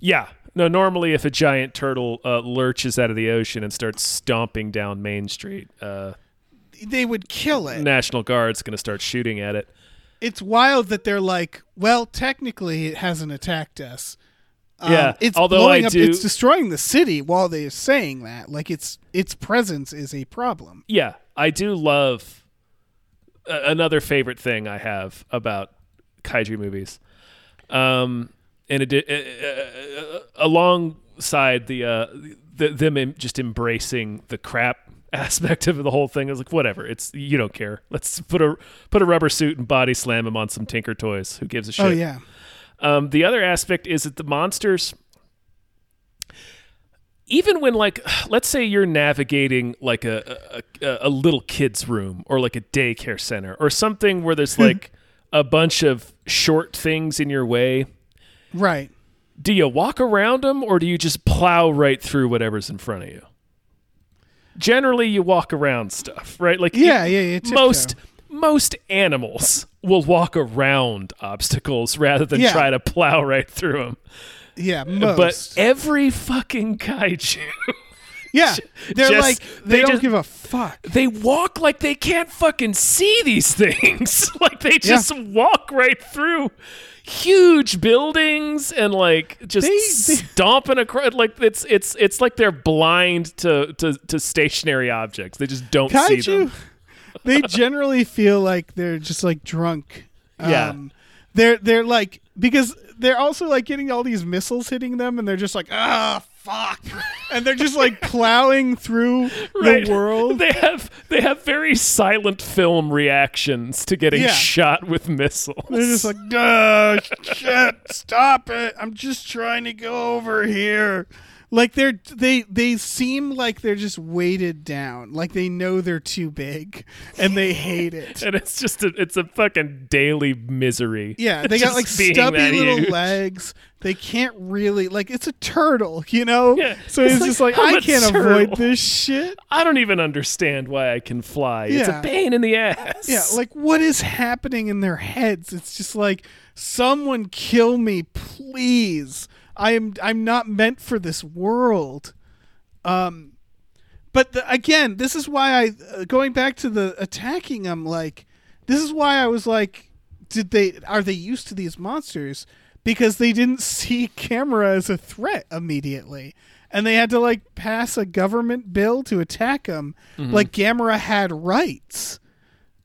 Yeah. No, normally if a giant turtle uh, lurches out of the ocean and starts stomping down Main Street, uh,
They would kill it.
National Guard's going to start shooting at it.
It's wild that they're like, well, technically it hasn't attacked us. Um,
Yeah,
it's
although
blowing
I
up,
do-
it's destroying the city while they're saying that. Like its its presence is a problem.
Yeah, I do love uh, another favorite thing I have about kaiju movies. Um, and it uh, uh, alongside the uh, the, them em- just embracing the crap *laughs* aspect of the whole thing, I was like, whatever. It's you don't care. Let's put a put a rubber suit and body slam him on some Tinker toys. Who gives a shit?
Oh yeah.
Um, the other aspect is that the monsters, even when like, *sighs* let's say you're navigating like a a, a, a little kid's room or like a daycare center or something where
Hmm.
there's like a bunch of short things in your way.
Right.
Do you walk around them or do you just plow right through whatever's in front of you? Generally, you walk around stuff, right? Like
Yeah,
you-
yeah, yeah, tiptoe.
Most most animals will walk around obstacles rather than
Yeah.
try to plow right through them.
Yeah. Most.
But every fucking kaiju, *laughs*
yeah. They're
just-
like they,
they
don't
just-
give a fuck.
they walk like they can't fucking see these *laughs* things. like they just walk right through huge buildings and like just
They- *laughs* they-
stomping across. Like it's it's it's like they're blind to to, to stationary objects. They just don't see them.
kaiju *laughs* they generally feel like they're just like drunk Um,
Yeah.
they're they're like because they're also like getting all these missiles hitting them and they're just like ah fuck and they're just like plowing through
Right. *laughs*
the world
They have they have very silent film reactions to getting
Yeah.
shot with missiles.
they're just like duh shit stop it i'm just trying to go over here like they're they they seem like they're just weighted down like they know they're too big and they hate it
*laughs* and it's just a, it's a fucking daily misery.
Yeah, they got like
*laughs* Just being
stubby
that
little
huge.
legs. They can't really like it's a turtle, you know.
Yeah,
so
it's
it's,
like,
just like
I'm
I
a
can't
turtle.
avoid this shit.
I don't even understand why I can fly. It's a
Yeah.
pain in the ass.
Yeah, like what is happening in their heads? It's just like someone kill me, please. I am I'm not meant for this world. Um, but the, again, this is why I uh, going back to the attacking. I'm like, this is why I was like, did they are they used to these monsters because they didn't *laughs* see camera as a threat immediately, and they had to like pass a government bill to attack them. Like Gamera had rights,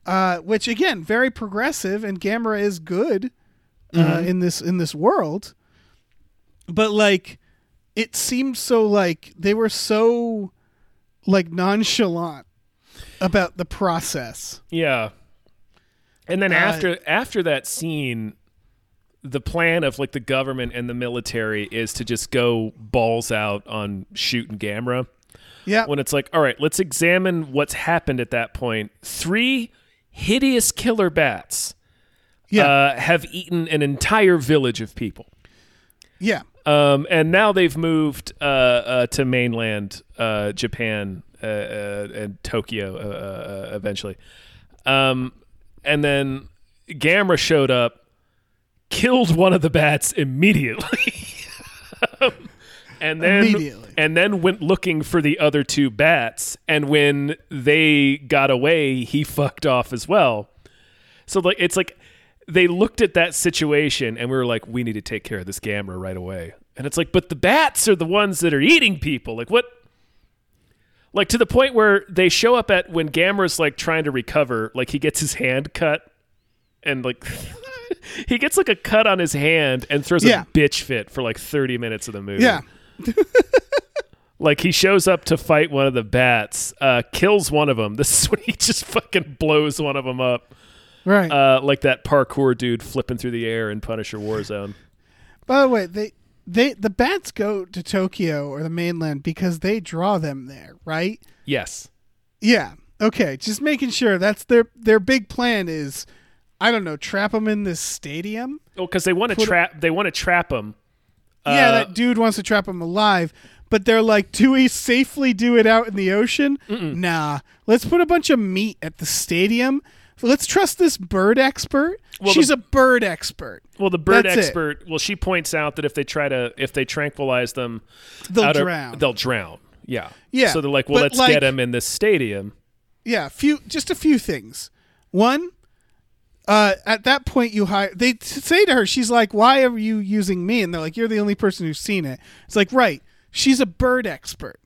uh, which again, very progressive, and Gamera is good uh,
Mm-hmm.
in this in this world. But like, it seemed so like they were so like nonchalant about the process.
Yeah. And then after after that scene, the plan of like the government and the military is to just go balls out on shooting Gamera.
Yeah.
When it's like, all right, let's examine what's happened at that point. Three hideous killer bats
yeah.
uh, have eaten an entire village of people.
yeah.
Um, and now they've moved uh, uh, to mainland uh, Japan uh, uh, and Tokyo uh, uh, eventually. Um, and then Gamera showed up, killed one of the bats immediately. *laughs* Um, and then
Immediately.
and then went looking for the other two bats and when they got away, he fucked off as well. So like it's like they looked at that situation and we were like, we need to take care of this Gamera right away. And it's like, but the bats are the ones that are eating people. Like what? Like to the point where they show up at when Gamera's like trying to recover, like he gets his hand cut and like *laughs* he gets like a cut on his hand and throws
Yeah.
a bitch fit for like 30 minutes of the movie.
Yeah.
Like he shows up to fight one of the bats, uh, kills one of *laughs* them. This is when he just fucking blows one of them up.
Right.
uh, like that parkour dude flipping through the air in Punisher Warzone.
By the way, they they the bats go to Tokyo or the mainland because they draw them there, right?
Yes.
Yeah. Okay. Just making sure that's their their big plan is, I don't know, trap them in this stadium.
Well, because they want to trap. They want to trap him.
yeah,
Uh,
that dude wants to trap him alive, but they're like, do we safely do it out in the ocean? Nah. Let's put a bunch of meat at the stadium. Let's trust this bird expert.
Well,
She's
the-
a bird expert.
Well, the bird
That's it.
expert. Well, she points out that if they try to, if they tranquilize them,
They'll
out of-
drown.
they'll drown. Yeah.
Yeah,
So they're like, well,
but
let's
like-
get him in this stadium.
yeah, few just a few things. One, uh, at that point you hire. They t- say to her, she's like, "Why are you using me?" And they're like, "You're the only person who's seen it." It's like, right? She's a bird expert.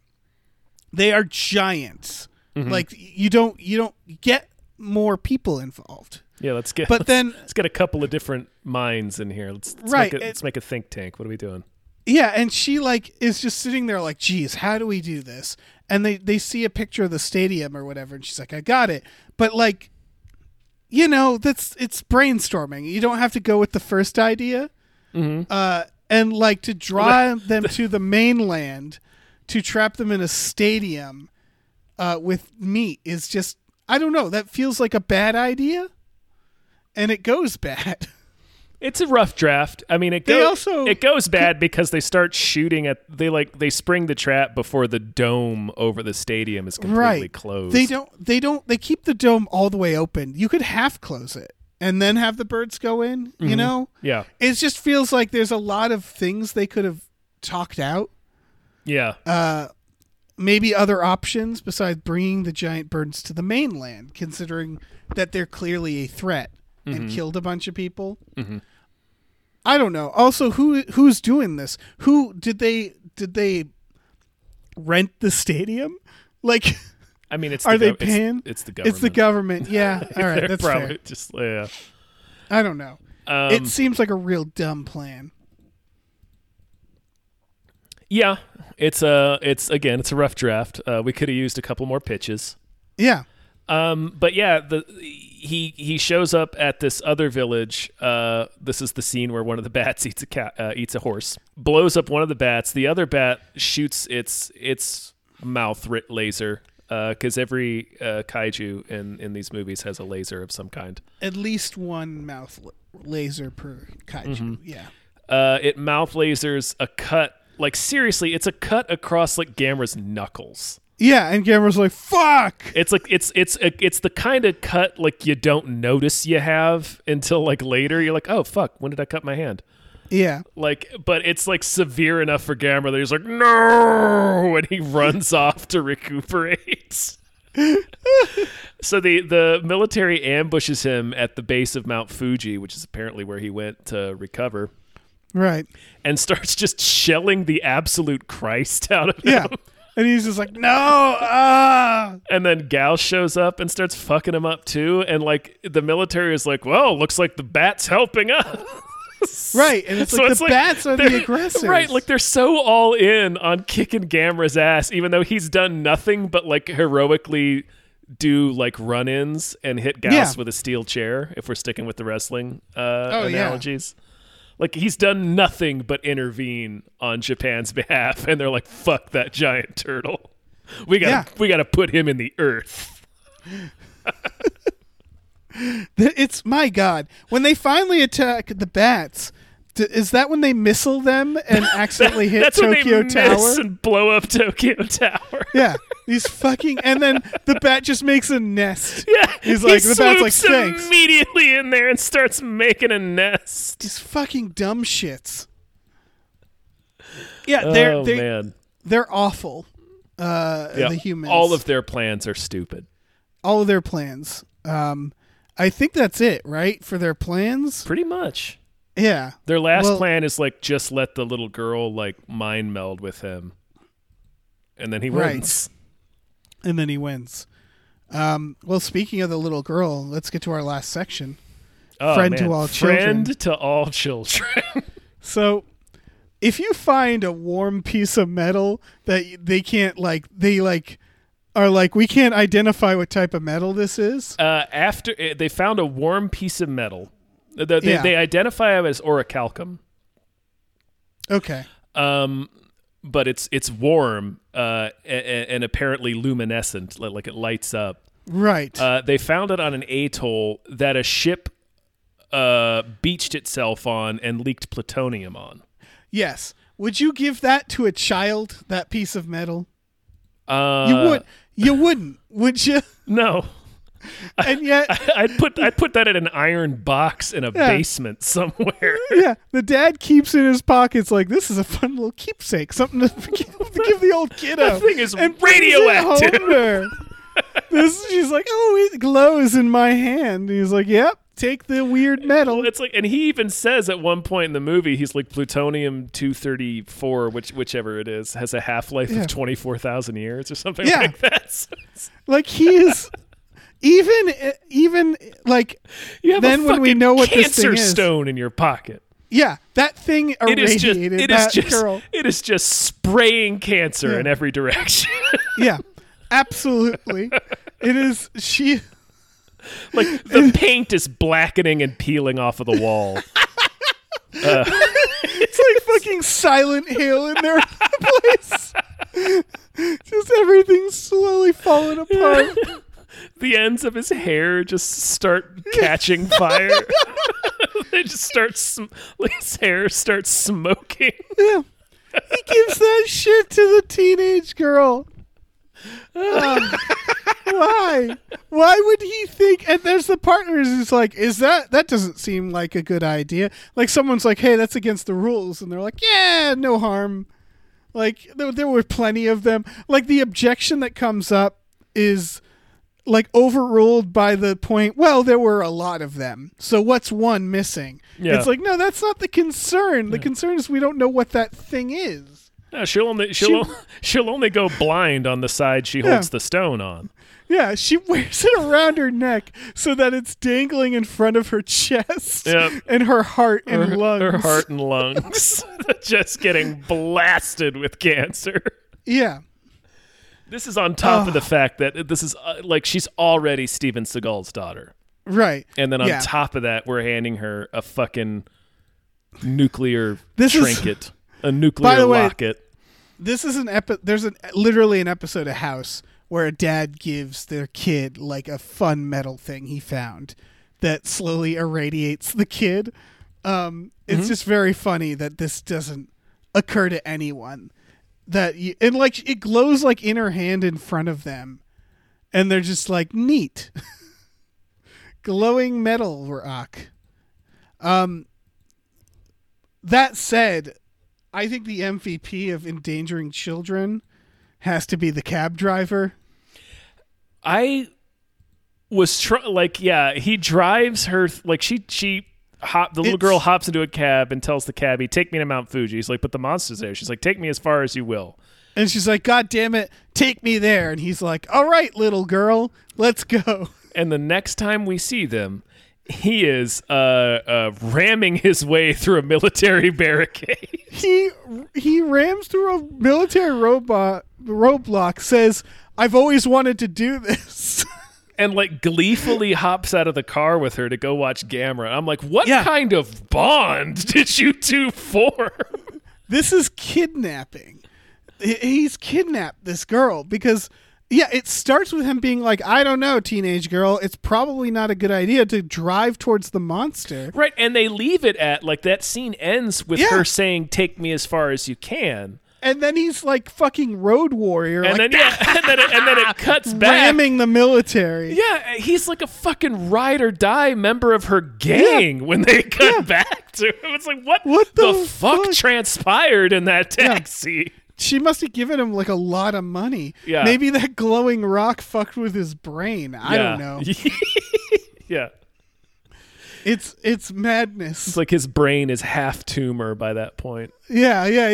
They are giants. Like you don't you don't get more people involved.
Yeah. Let's get.
But
let's-
then-
*laughs* let's get a couple of different minds in here. Let's, let's
Right,
Make a,
it-
let's make a think tank. What are we doing?
Yeah, and she like is just sitting there like, geez, how do we do this? And they they see a picture of the stadium or whatever, and she's like, I got it. But like, you know, that's it's brainstorming. You don't have to go with the first idea. Uh, and like to draw them to the mainland to trap them in a stadium uh, with meat is just I don't know. That feels like a bad idea, and it goes bad. *laughs*
It's a rough draft. I mean, it
They
goes
also-
it goes bad because they start shooting at they like they spring the trap before the dome over the stadium is completely closed.
They don't. They don't. They keep the dome all the way open. You could half close it and then have the birds go in.
Mm-hmm.
You know,
Yeah,
it just feels like there's a lot of things they could have talked out.
yeah,
Uh, Maybe other options besides bringing the giant birds to the mainland, considering that they're clearly a threat
Mm-hmm.
and killed a bunch of people. I don't know. Also, who who's doing this? Who did they did they rent the stadium? Like. *laughs*
I mean, it's
Are
the
they
gov- it's-
paying?
It's, the government.
It's the
*laughs*
government. Yeah. All right.
They're
That's
probably
fair.
just yeah.
I don't know.
Um,
it seems like a real dumb plan.
yeah, it's a it's again it's a rough draft. Uh, we could have used a couple more pitches.
Yeah.
Um, but yeah, the he he shows up at this other village. Uh, this is the scene where one of the *laughs* bats eats a cat, uh, eats a horse, blows up one of the bats. The other bat shoots its its mouth ri laser because every uh, kaiju in in these movies has a laser of some kind.
At least one mouth l- laser per kaiju.
Mm-hmm.
Yeah.
Uh, it mouth lasers a cut. Like seriously, it's a cut across like Gamera's knuckles.
Yeah. And Gamera's like, fuck.
It's like it's it's uh, it's the kind of cut like you don't notice you have until like later. You're like, oh fuck, when did I cut my hand?
Yeah.
Like, but it's like severe enough for Gamera that he's like, no, *laughs* and he runs off to recuperate. *laughs* so the the military ambushes him at the base of Mount Fuji, which is apparently where he went to recover,
Right.
and starts just shelling the absolute Christ out of him. *laughs*
Yeah. and he's just like, no, ah.
And then Gal shows up and starts fucking him up too, and like the military is like, well, looks like the bat's helping us.
Right. And it's
So
like
it's
the
like
bats are the
they're-
aggressors.
*laughs* Right, like they're so all in on kicking Gamera's ass, even though he's done nothing but like heroically do like run ins and hit Gauss
Yeah.
with a steel chair, if we're sticking with the wrestling uh,
Oh, yeah.
analogies. Like he's done nothing but intervene on Japan's *laughs* behalf, and they're like, fuck that giant turtle. We gotta
Yeah.
we gotta put him in the earth.
It's my god. When they finally attack the bats, d- is that when they missile them
*laughs*
and accidentally hit
That's
Tokyo
when they
Tower?
miss and blow up *laughs* Tokyo Tower.
yeah. These fucking and then the bat just makes a nest.
Yeah,
He's
he
like- the bat's like,
swoops
"Thanks."
immediately in there and starts making a nest.
These fucking dumb shits. Yeah, they're
oh
they,
man,
they're awful. Uh,
Yeah,
the humans,
All of their plans are stupid.
all of their plans. Um, I think that's it, right? For their plans.
Pretty much,
Yeah,
their last
Well-
plan is like just let the little girl like mind meld with him, and then he
Right.
wins.
and then he wins. Um, well, speaking of the little girl, let's get to our last section.
Oh,
Friend to
man.
all children.
Friend *laughs* to all children. *laughs*
So, if you find a warm piece of metal that y- they can't like, they like are like we can't identify what type of metal this is.
uh, after eh, they found a warm piece of metal, they, they,
Yeah.
they identify it as orichalcum.
Okay.
um, but it's it's warm uh, a- a- and apparently luminescent, li- like it lights up.
Right.
Uh, they found it on an atoll that a ship uh, beached itself on and leaked plutonium on.
yes. Would you give that to a child? That piece of metal?
Uh,
You would. You wouldn't,
*laughs*
would you?
No,
And yet,
I'd put I'd put that in an iron box in a
Yeah.
basement somewhere. *laughs*
yeah, the dad keeps it in his pockets like this is a fun little keepsake, something to, *laughs* give- to give the old kiddo.
That thing is
brings it
radioactive.
home to her. This, she's like, oh, it glows in my hand. And he's like, yep, take the weird metal.
It's like, and he even says at one point in the movie, he's like plutonium two thirty four, which whichever it is, has a half life
Yeah.
of twenty four thousand years or something
Yeah.
like that. *laughs* So-
Like he is, even even like,
You have
Then
a
when we
fucking
know what this
cancer
thing is-
stone in your pocket.
yeah, that thing
It is
irradiated
just it is
that
just
girl.
it is just spraying cancer
Yeah.
in every direction. *laughs*
Yeah, absolutely. it is she.
like
*laughs*
the paint is blackening and peeling off of the wall.
It's like fucking Silent Hill in their *laughs* place. Just everything's slowly falling apart.
the ends of his hair just start
*laughs*
catching fire. *laughs* they just start sm- his hair starts smoking.
Yeah. He gives that shit to the teenage girl. Ah, why? Why would he think? And there's the partners who's like, is that, that doesn't seem like a good idea. Like someone's like, hey, that's against the rules. And they're like, yeah, no harm. Like there, there were plenty of them. Like the objection that comes up is like overruled by the point, well, there were a lot of them. So what's one missing?
Yeah.
It's like, no, that's not the concern. The concern is we don't know what that thing is.
No, she'll only she'll,
She-
she'll only go blind on the side she holds the stone on.
Yeah, she *laughs* wears it around her neck so that it's dangling in front of her *laughs* chest
Yep.
and her heart and
her,
lungs.
her heart and lungs *laughs* just getting blasted with cancer.
Yeah.
This is on top of the fact that this is uh, like she's already Steven Seagal's daughter,
Right.
and then on
Yeah.
top of that, we're handing her a fucking nuclear
This is-
trinket, a nuclear
the way-
locket.
This is an epi- there's an literally an episode of House where a dad gives their kid like a fun metal thing he found that slowly irradiates the kid. Um, it's just very funny that this doesn't occur to anyone that you, and like it glows like in her hand in front of them and they're just like neat *laughs* glowing metal rock um That said, I think the MVP of endangering children has to be the cab driver.
I was tr- like, yeah, he drives her th- like she she hop the little
It's-
girl hops into a cab and tells the cabbie, "Take me to Mount Fuji." He's like, "But the monster's there." She's like, "Take me as far as you will."
And she's like, God damn it, take me there. And he's like, All right, little girl, let's go. *laughs*
And the next time we see them, he is uh, uh ramming his way through a military barricade. *laughs*
He he rams through a military robot roadblock, says, I've always wanted to do this. *laughs*
and like gleefully hops out of the car with her to go watch Gamera. I'm like, what
Yeah.
kind of bond *laughs* did you two form?
this is kidnapping. H- He's kidnapped this girl because, yeah, it starts with him being like, I don't know, teenage girl, it's probably not a good idea to drive towards the monster.
right, and they leave it at like that scene ends with
Yeah.
her saying, "Take me as far as you can,"
And then he's like fucking road warrior,
and then
like
yeah, *laughs* and then it, and then it cuts back.
ramming the military.
Yeah, he's like a fucking ride or die member of her gang when they cut back to him. It's like what
What the
fuck,
fuck?
transpired in that taxi?
She must have given him like a lot of money.
Yeah.
Maybe that glowing rock fucked with his brain. I don't know.
*laughs* yeah.
It's it's madness.
It's like his brain is half tumor by that point.
yeah, yeah,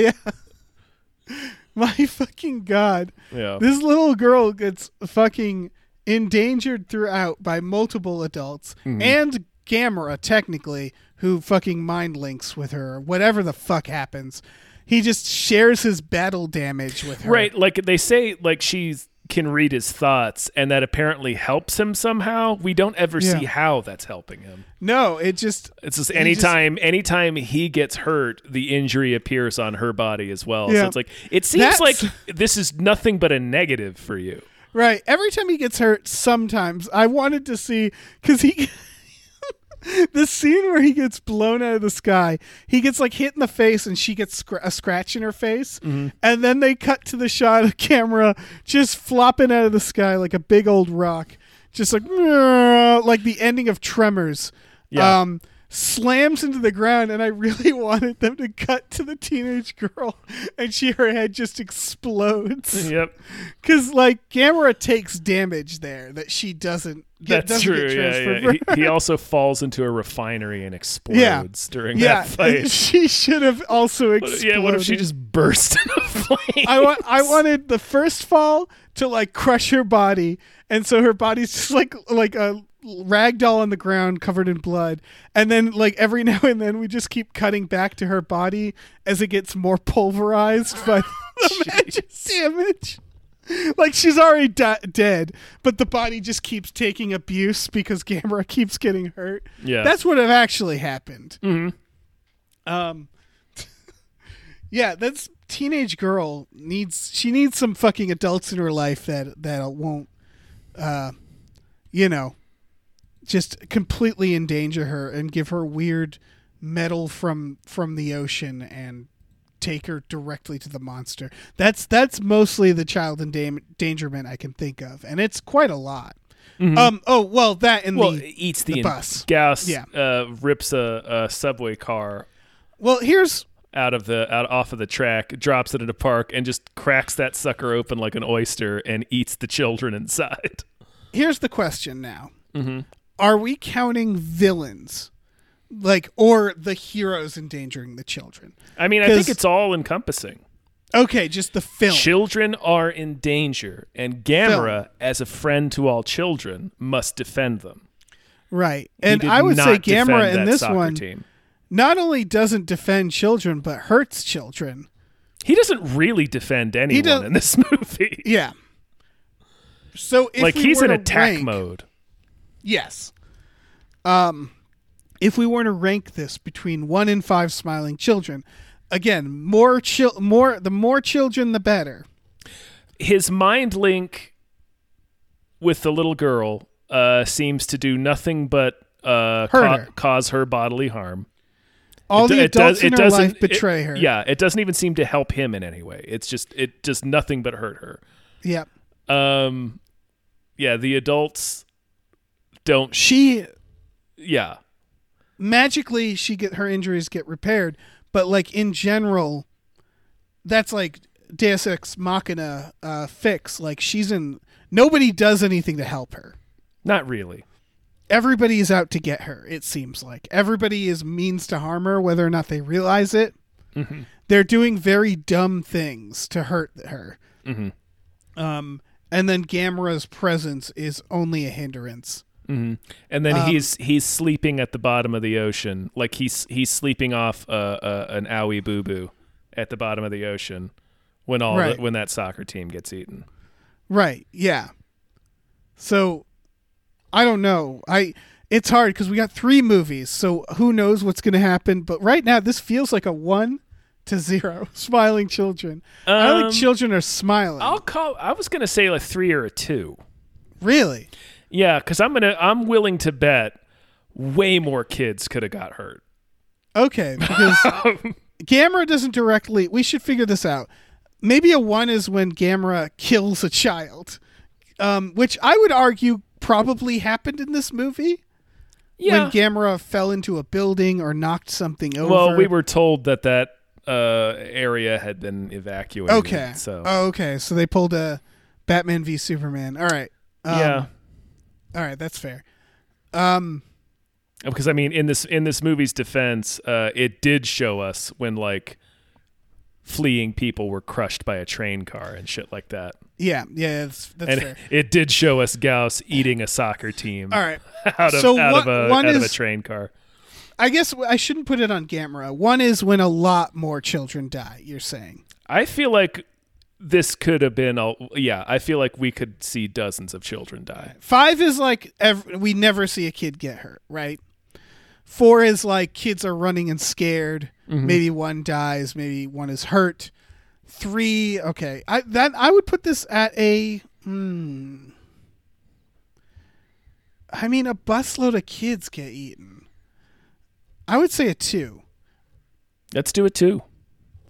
yeah. *laughs* My fucking god.
Yeah.
This little girl gets fucking endangered throughout by multiple adults and Gamera, technically, who fucking mind links with her, whatever the fuck happens. He just shares his battle damage with her.
right, like they say like she can read his thoughts and that apparently helps him somehow. We don't ever
Yeah.
see how that's helping him.
No, it just
It's just
just-
anytime anytime he gets hurt, the injury appears on her body as well.
Yeah.
So it's like it seems
That's-
like this is nothing but a negative for you.
Right. Every time he gets hurt, sometimes I wanted to see because he. *laughs* the scene where he gets blown out of the sky, he gets like hit in the face and she gets scr- a scratch in her face. And then they cut to the shot of camera just flopping out of the sky like a big old rock. Just like, like the ending of Tremors.
Yeah.
Um, slams into the ground and I really *laughs* wanted them to cut to the teenage girl and she her head just
*laughs*
explodes.
yep.
Because like Gamera takes damage there that she doesn't. Get,
That's
doesn't
true.
Get
Yeah,
transferred
yeah. *laughs* He,
*laughs*
he also falls into a refinery and explodes during
yeah.
that fight.
she should have also exploded.
Yeah, what if she just burst into *laughs* flames?
I want.
*laughs*
I wanted the first fall to like crush her body, and so her body's just like like a rag doll on the ground, covered in blood. And then like every *laughs* now and then, we just keep cutting back to her body as it gets more pulverized by *laughs* the magic damage. *laughs* Like she's already di- dead, but the body just keeps taking abuse because *laughs* Gamera keeps getting hurt.
Yeah.
that's what have actually happened. Um, *laughs* yeah, that's teenage girl needs. She needs some fucking adults in her life that that won't, uh, you know, just completely endanger her and give her weird metal from from the ocean and take her directly to the monster. That's that's mostly the child endam- endangerment I can think of, and it's quite a lot. Um. Oh well, that and
Mm-hmm. Well, eh,
the
it eats the,
the
en-
bus.
Gauss
Yeah.
uh, rips a, a subway car
well, here's
out of the out off of the track, drops it in a park, and just cracks that sucker open like an oyster and eats the children inside.
here's the question now
Mm-hmm.
are we counting villains like or the heroes endangering the children
I mean, I think
'Cause-
it's all encompassing.
okay just the film
Children are in danger, and Gamera, as a friend to all children, must defend them.
right
He
and
did
i would say
not defend
gamera in
that
this
soccer
one
team.
not only doesn't defend children but hurts children
He doesn't really defend anyone
does-
in this *laughs* movie.
yeah so if
like
we
he's
were
in
to
attack
rank-
mode.
yes um if we were to rank this between one and five smiling children again more chil- more the more children the better
his mind link with the little girl uh, seems to do nothing but uh,
Hurt
ca-
her.
cause her bodily harm.
all the
It do-
adults
it
in her
doesn't-
life
it-
betray her
Yeah, it doesn't even seem to help him in any way. It's just it does nothing but hurt her.
yep
Um, yeah, the adults don't. Sh-
she
yeah,
magically she get her injuries get repaired but like in general, that's like Deus Ex Machina uh, fix. Like she's in. Nobody does anything to help her.
Not really.
Everybody is out to get her. It seems like everybody is means to harm her, whether or not they realize it. They're doing very dumb things to hurt her. Um, and then Gamera's presence is only a hindrance.
And
Um,
then he's he's sleeping at the bottom of the ocean, like he's he's sleeping off uh, uh, an owie boo boo at the bottom of the ocean when all
Right.
the, when that soccer team gets eaten.
Right. Yeah. So I don't know. I it's hard cuz we got 3 movies. So who knows what's going to happen, but right now this feels like a 1 to 0 *laughs* smiling children. I don't
Um,
think children are smiling.
I'll call. I was gonna say a three or a two.
really?
Yeah, because I'm gonna I'm willing to bet way more kids could have got hurt. *laughs*
Okay, because Gamera doesn't directly we should figure this out. Maybe a 1 is when Gamera kills a child. Um, which I would argue probably happened in this movie
Yeah.
when Gamera fell into a building or knocked something over.
well, we were told that that uh, area had been evacuated.
Okay.
So
Oh, okay. So they pulled a Batman v Superman. All right. Um,
yeah,
All right. That's fair.
because I mean, in this in this movie's defense, uh, it did show us when like fleeing people were crushed by a train car and shit like that,
Yeah. Yeah. That's, that's
and
fair.
*laughs* it did show us Gauss eating a soccer team
All right.
*laughs* out of
So
out of
one-
a
one
out of a
is-
train car.
I guess I shouldn't put it on Gamera. One is when a lot more children die, you're saying.
I feel like this could have been a yeah. I feel like we could see dozens of children die.
Five is like ev we never see a kid get hurt, right? Four is like kids are running and scared.
Mm-hmm.
Maybe one dies. Maybe one is hurt. Three, okay, I that I would put this at a. Hmm, I mean, a busload of kids get eaten. I would say a two.
Let's do it too.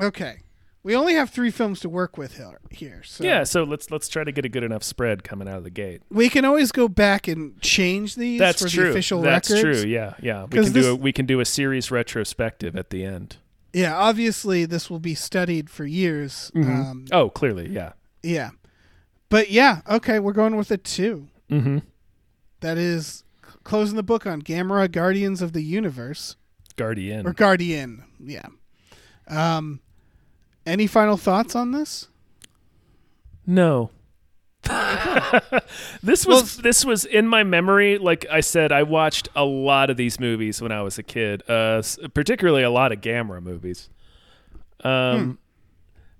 Okay, we only have three films to work with here. Here, so
Yeah, so let's let's try to get a good enough spread coming out of the gate.
we can always go back and change these
That's
for
true.
the official
That's
records.
true. Yeah, yeah. We
'Cause
can do
this-
a, we can do a series retrospective at the end.
Yeah, obviously this will be studied for years. Um,
Oh, clearly, yeah.
yeah, but yeah, okay, we're going with a two.
Mm-hmm.
That is c- closing the book on Gamera, Guardians of the Universe
Guardian.
or Guardian. Yeah. Um, any final thoughts on this?
No. *laughs* this was this was in my memory. Like I said, I watched a lot of these movies when I was a kid, uh, s- particularly a lot of Gamera movies.
Hmm.
Um,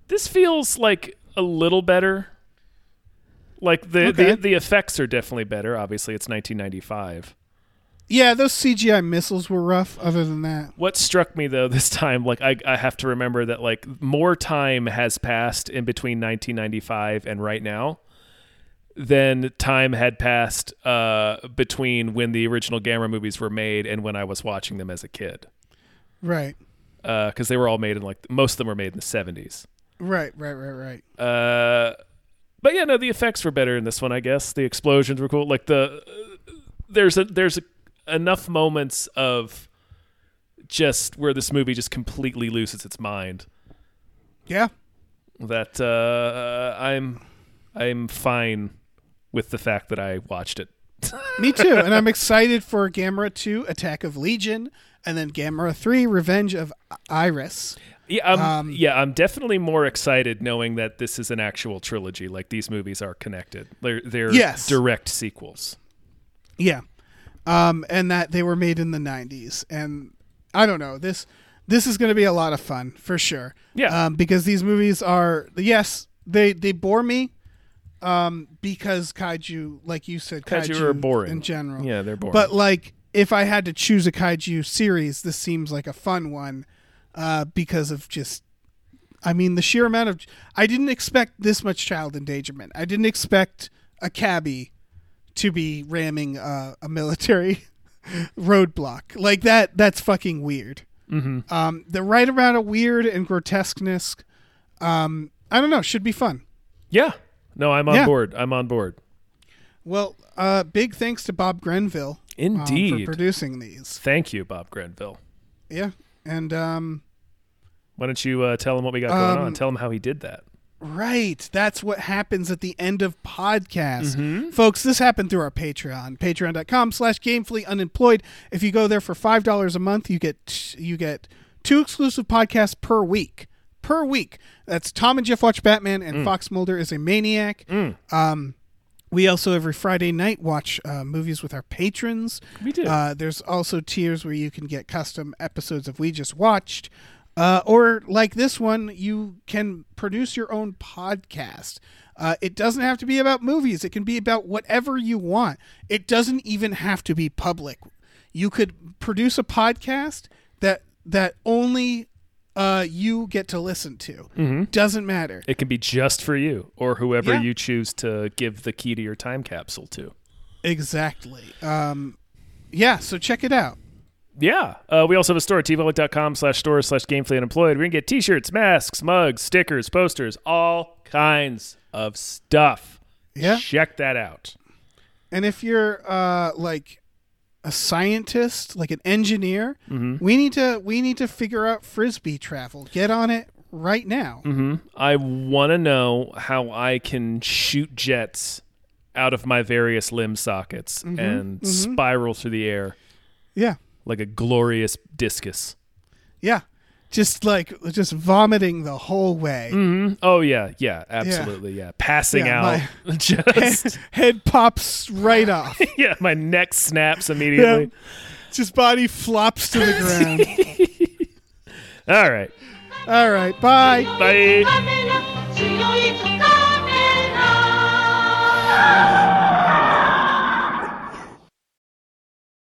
this feels like a little better. Like the,
Okay.
the the effects are definitely better. Obviously, it's 1995.
Yeah, those CGI missiles were rough. Other than that,
What struck me though *laughs* this time, like I, I have to remember that like more time has passed in between 1995 and right now than time had passed uh, between when the original Gamera movies were made and when I was watching them as a kid,
right,
because they were all made in like most of them were made in the 70s.
right, right, right, right.
Uh, but yeah, no, the effects were better in this one, I guess. The explosions were cool. Like the there's a there's a, enough moments of just where this movie just completely loses its mind
Yeah.
that uh, I'm I'm fine with the fact that I watched it. *laughs*
Me too, and I'm excited for Gamera 2, Attack of Legion, and then Gamera 3, Revenge of Iris.
Yeah, I'm,
Um,
yeah, I'm definitely more excited knowing that this is an actual trilogy. Like these movies are connected. They're they're
Yes.
direct sequels.
Yeah. Um, and that they were made in the 90s. And I don't know. This this is going to be a lot of fun for sure.
Yeah.
Um, because these movies are yes, they they bore me um, because kaiju like you said
Kaiju
kaiju,
are boring.
in general.
Yeah, they're boring.
But like if I had to choose a kaiju series, this seems like a fun one uh, because of just I mean the sheer amount of I didn't expect this much child endangerment. I didn't expect a cabbie to be ramming uh, a military *laughs* roadblock like that. That's fucking weird. Mm-hmm. Um, the right amount of weird and grotesqueness. Um, I don't know. Should be fun.
yeah, no, I'm on
Yeah.
board. I'm on board.
Well, uh, big thanks to Bob Grenville um, for
Indeed.
producing these.
Thank you, Bob Grenville.
Yeah, and um,
Why don't you uh, tell him what we got going on? Tell him how he did that.
Right. That's what happens at the end of podcasts. Folks, this happened through our Patreon. Patreon.com slash gamefully unemployed. If you go there for five dollars a month, you get you get two exclusive podcasts per week. Per week. That's Tom and Jeff Watch Batman and Fox Mulder is a maniac. Um we also every Friday night watch uh, movies with our patrons.
We do.
Uh, there's also tiers where you can get custom episodes of We Just Watched. Uh, or like this one, you can produce your own podcast. Uh, it doesn't have to be about movies. It can be about whatever you want. It doesn't even have to be public. You could produce a podcast that that only uh, you get to listen to. Doesn't matter.
Mm-hmm. It can be just for you or whoever
Yeah.
you choose to give the key to your time capsule to.
Exactly. Um, yeah. So check it out.
Yeah. Uh, we also have a store at tpublic.com slash store slash gamefully unemployed. We're going to get t shirts, masks, mugs, stickers, posters, all kinds of stuff.
Yeah.
Check that out.
And if you're uh, like a scientist, like an engineer, we need to we need to figure out frisbee travel. Get on it right now.
I want to know how I can shoot jets out of my various limb sockets
Mm-hmm.
and spiral through the air
Yeah,
like a glorious discus.
yeah. Just like just vomiting the whole way,
Oh, yeah. Yeah. Absolutely. Yeah. Passing
Yeah,
out. *laughs*
*laughs*
just,
head pops right off.
yeah. My neck snaps immediately.
Just body flops to the ground.
All right.
All right, bye.
Bye.
Pamela, soy yo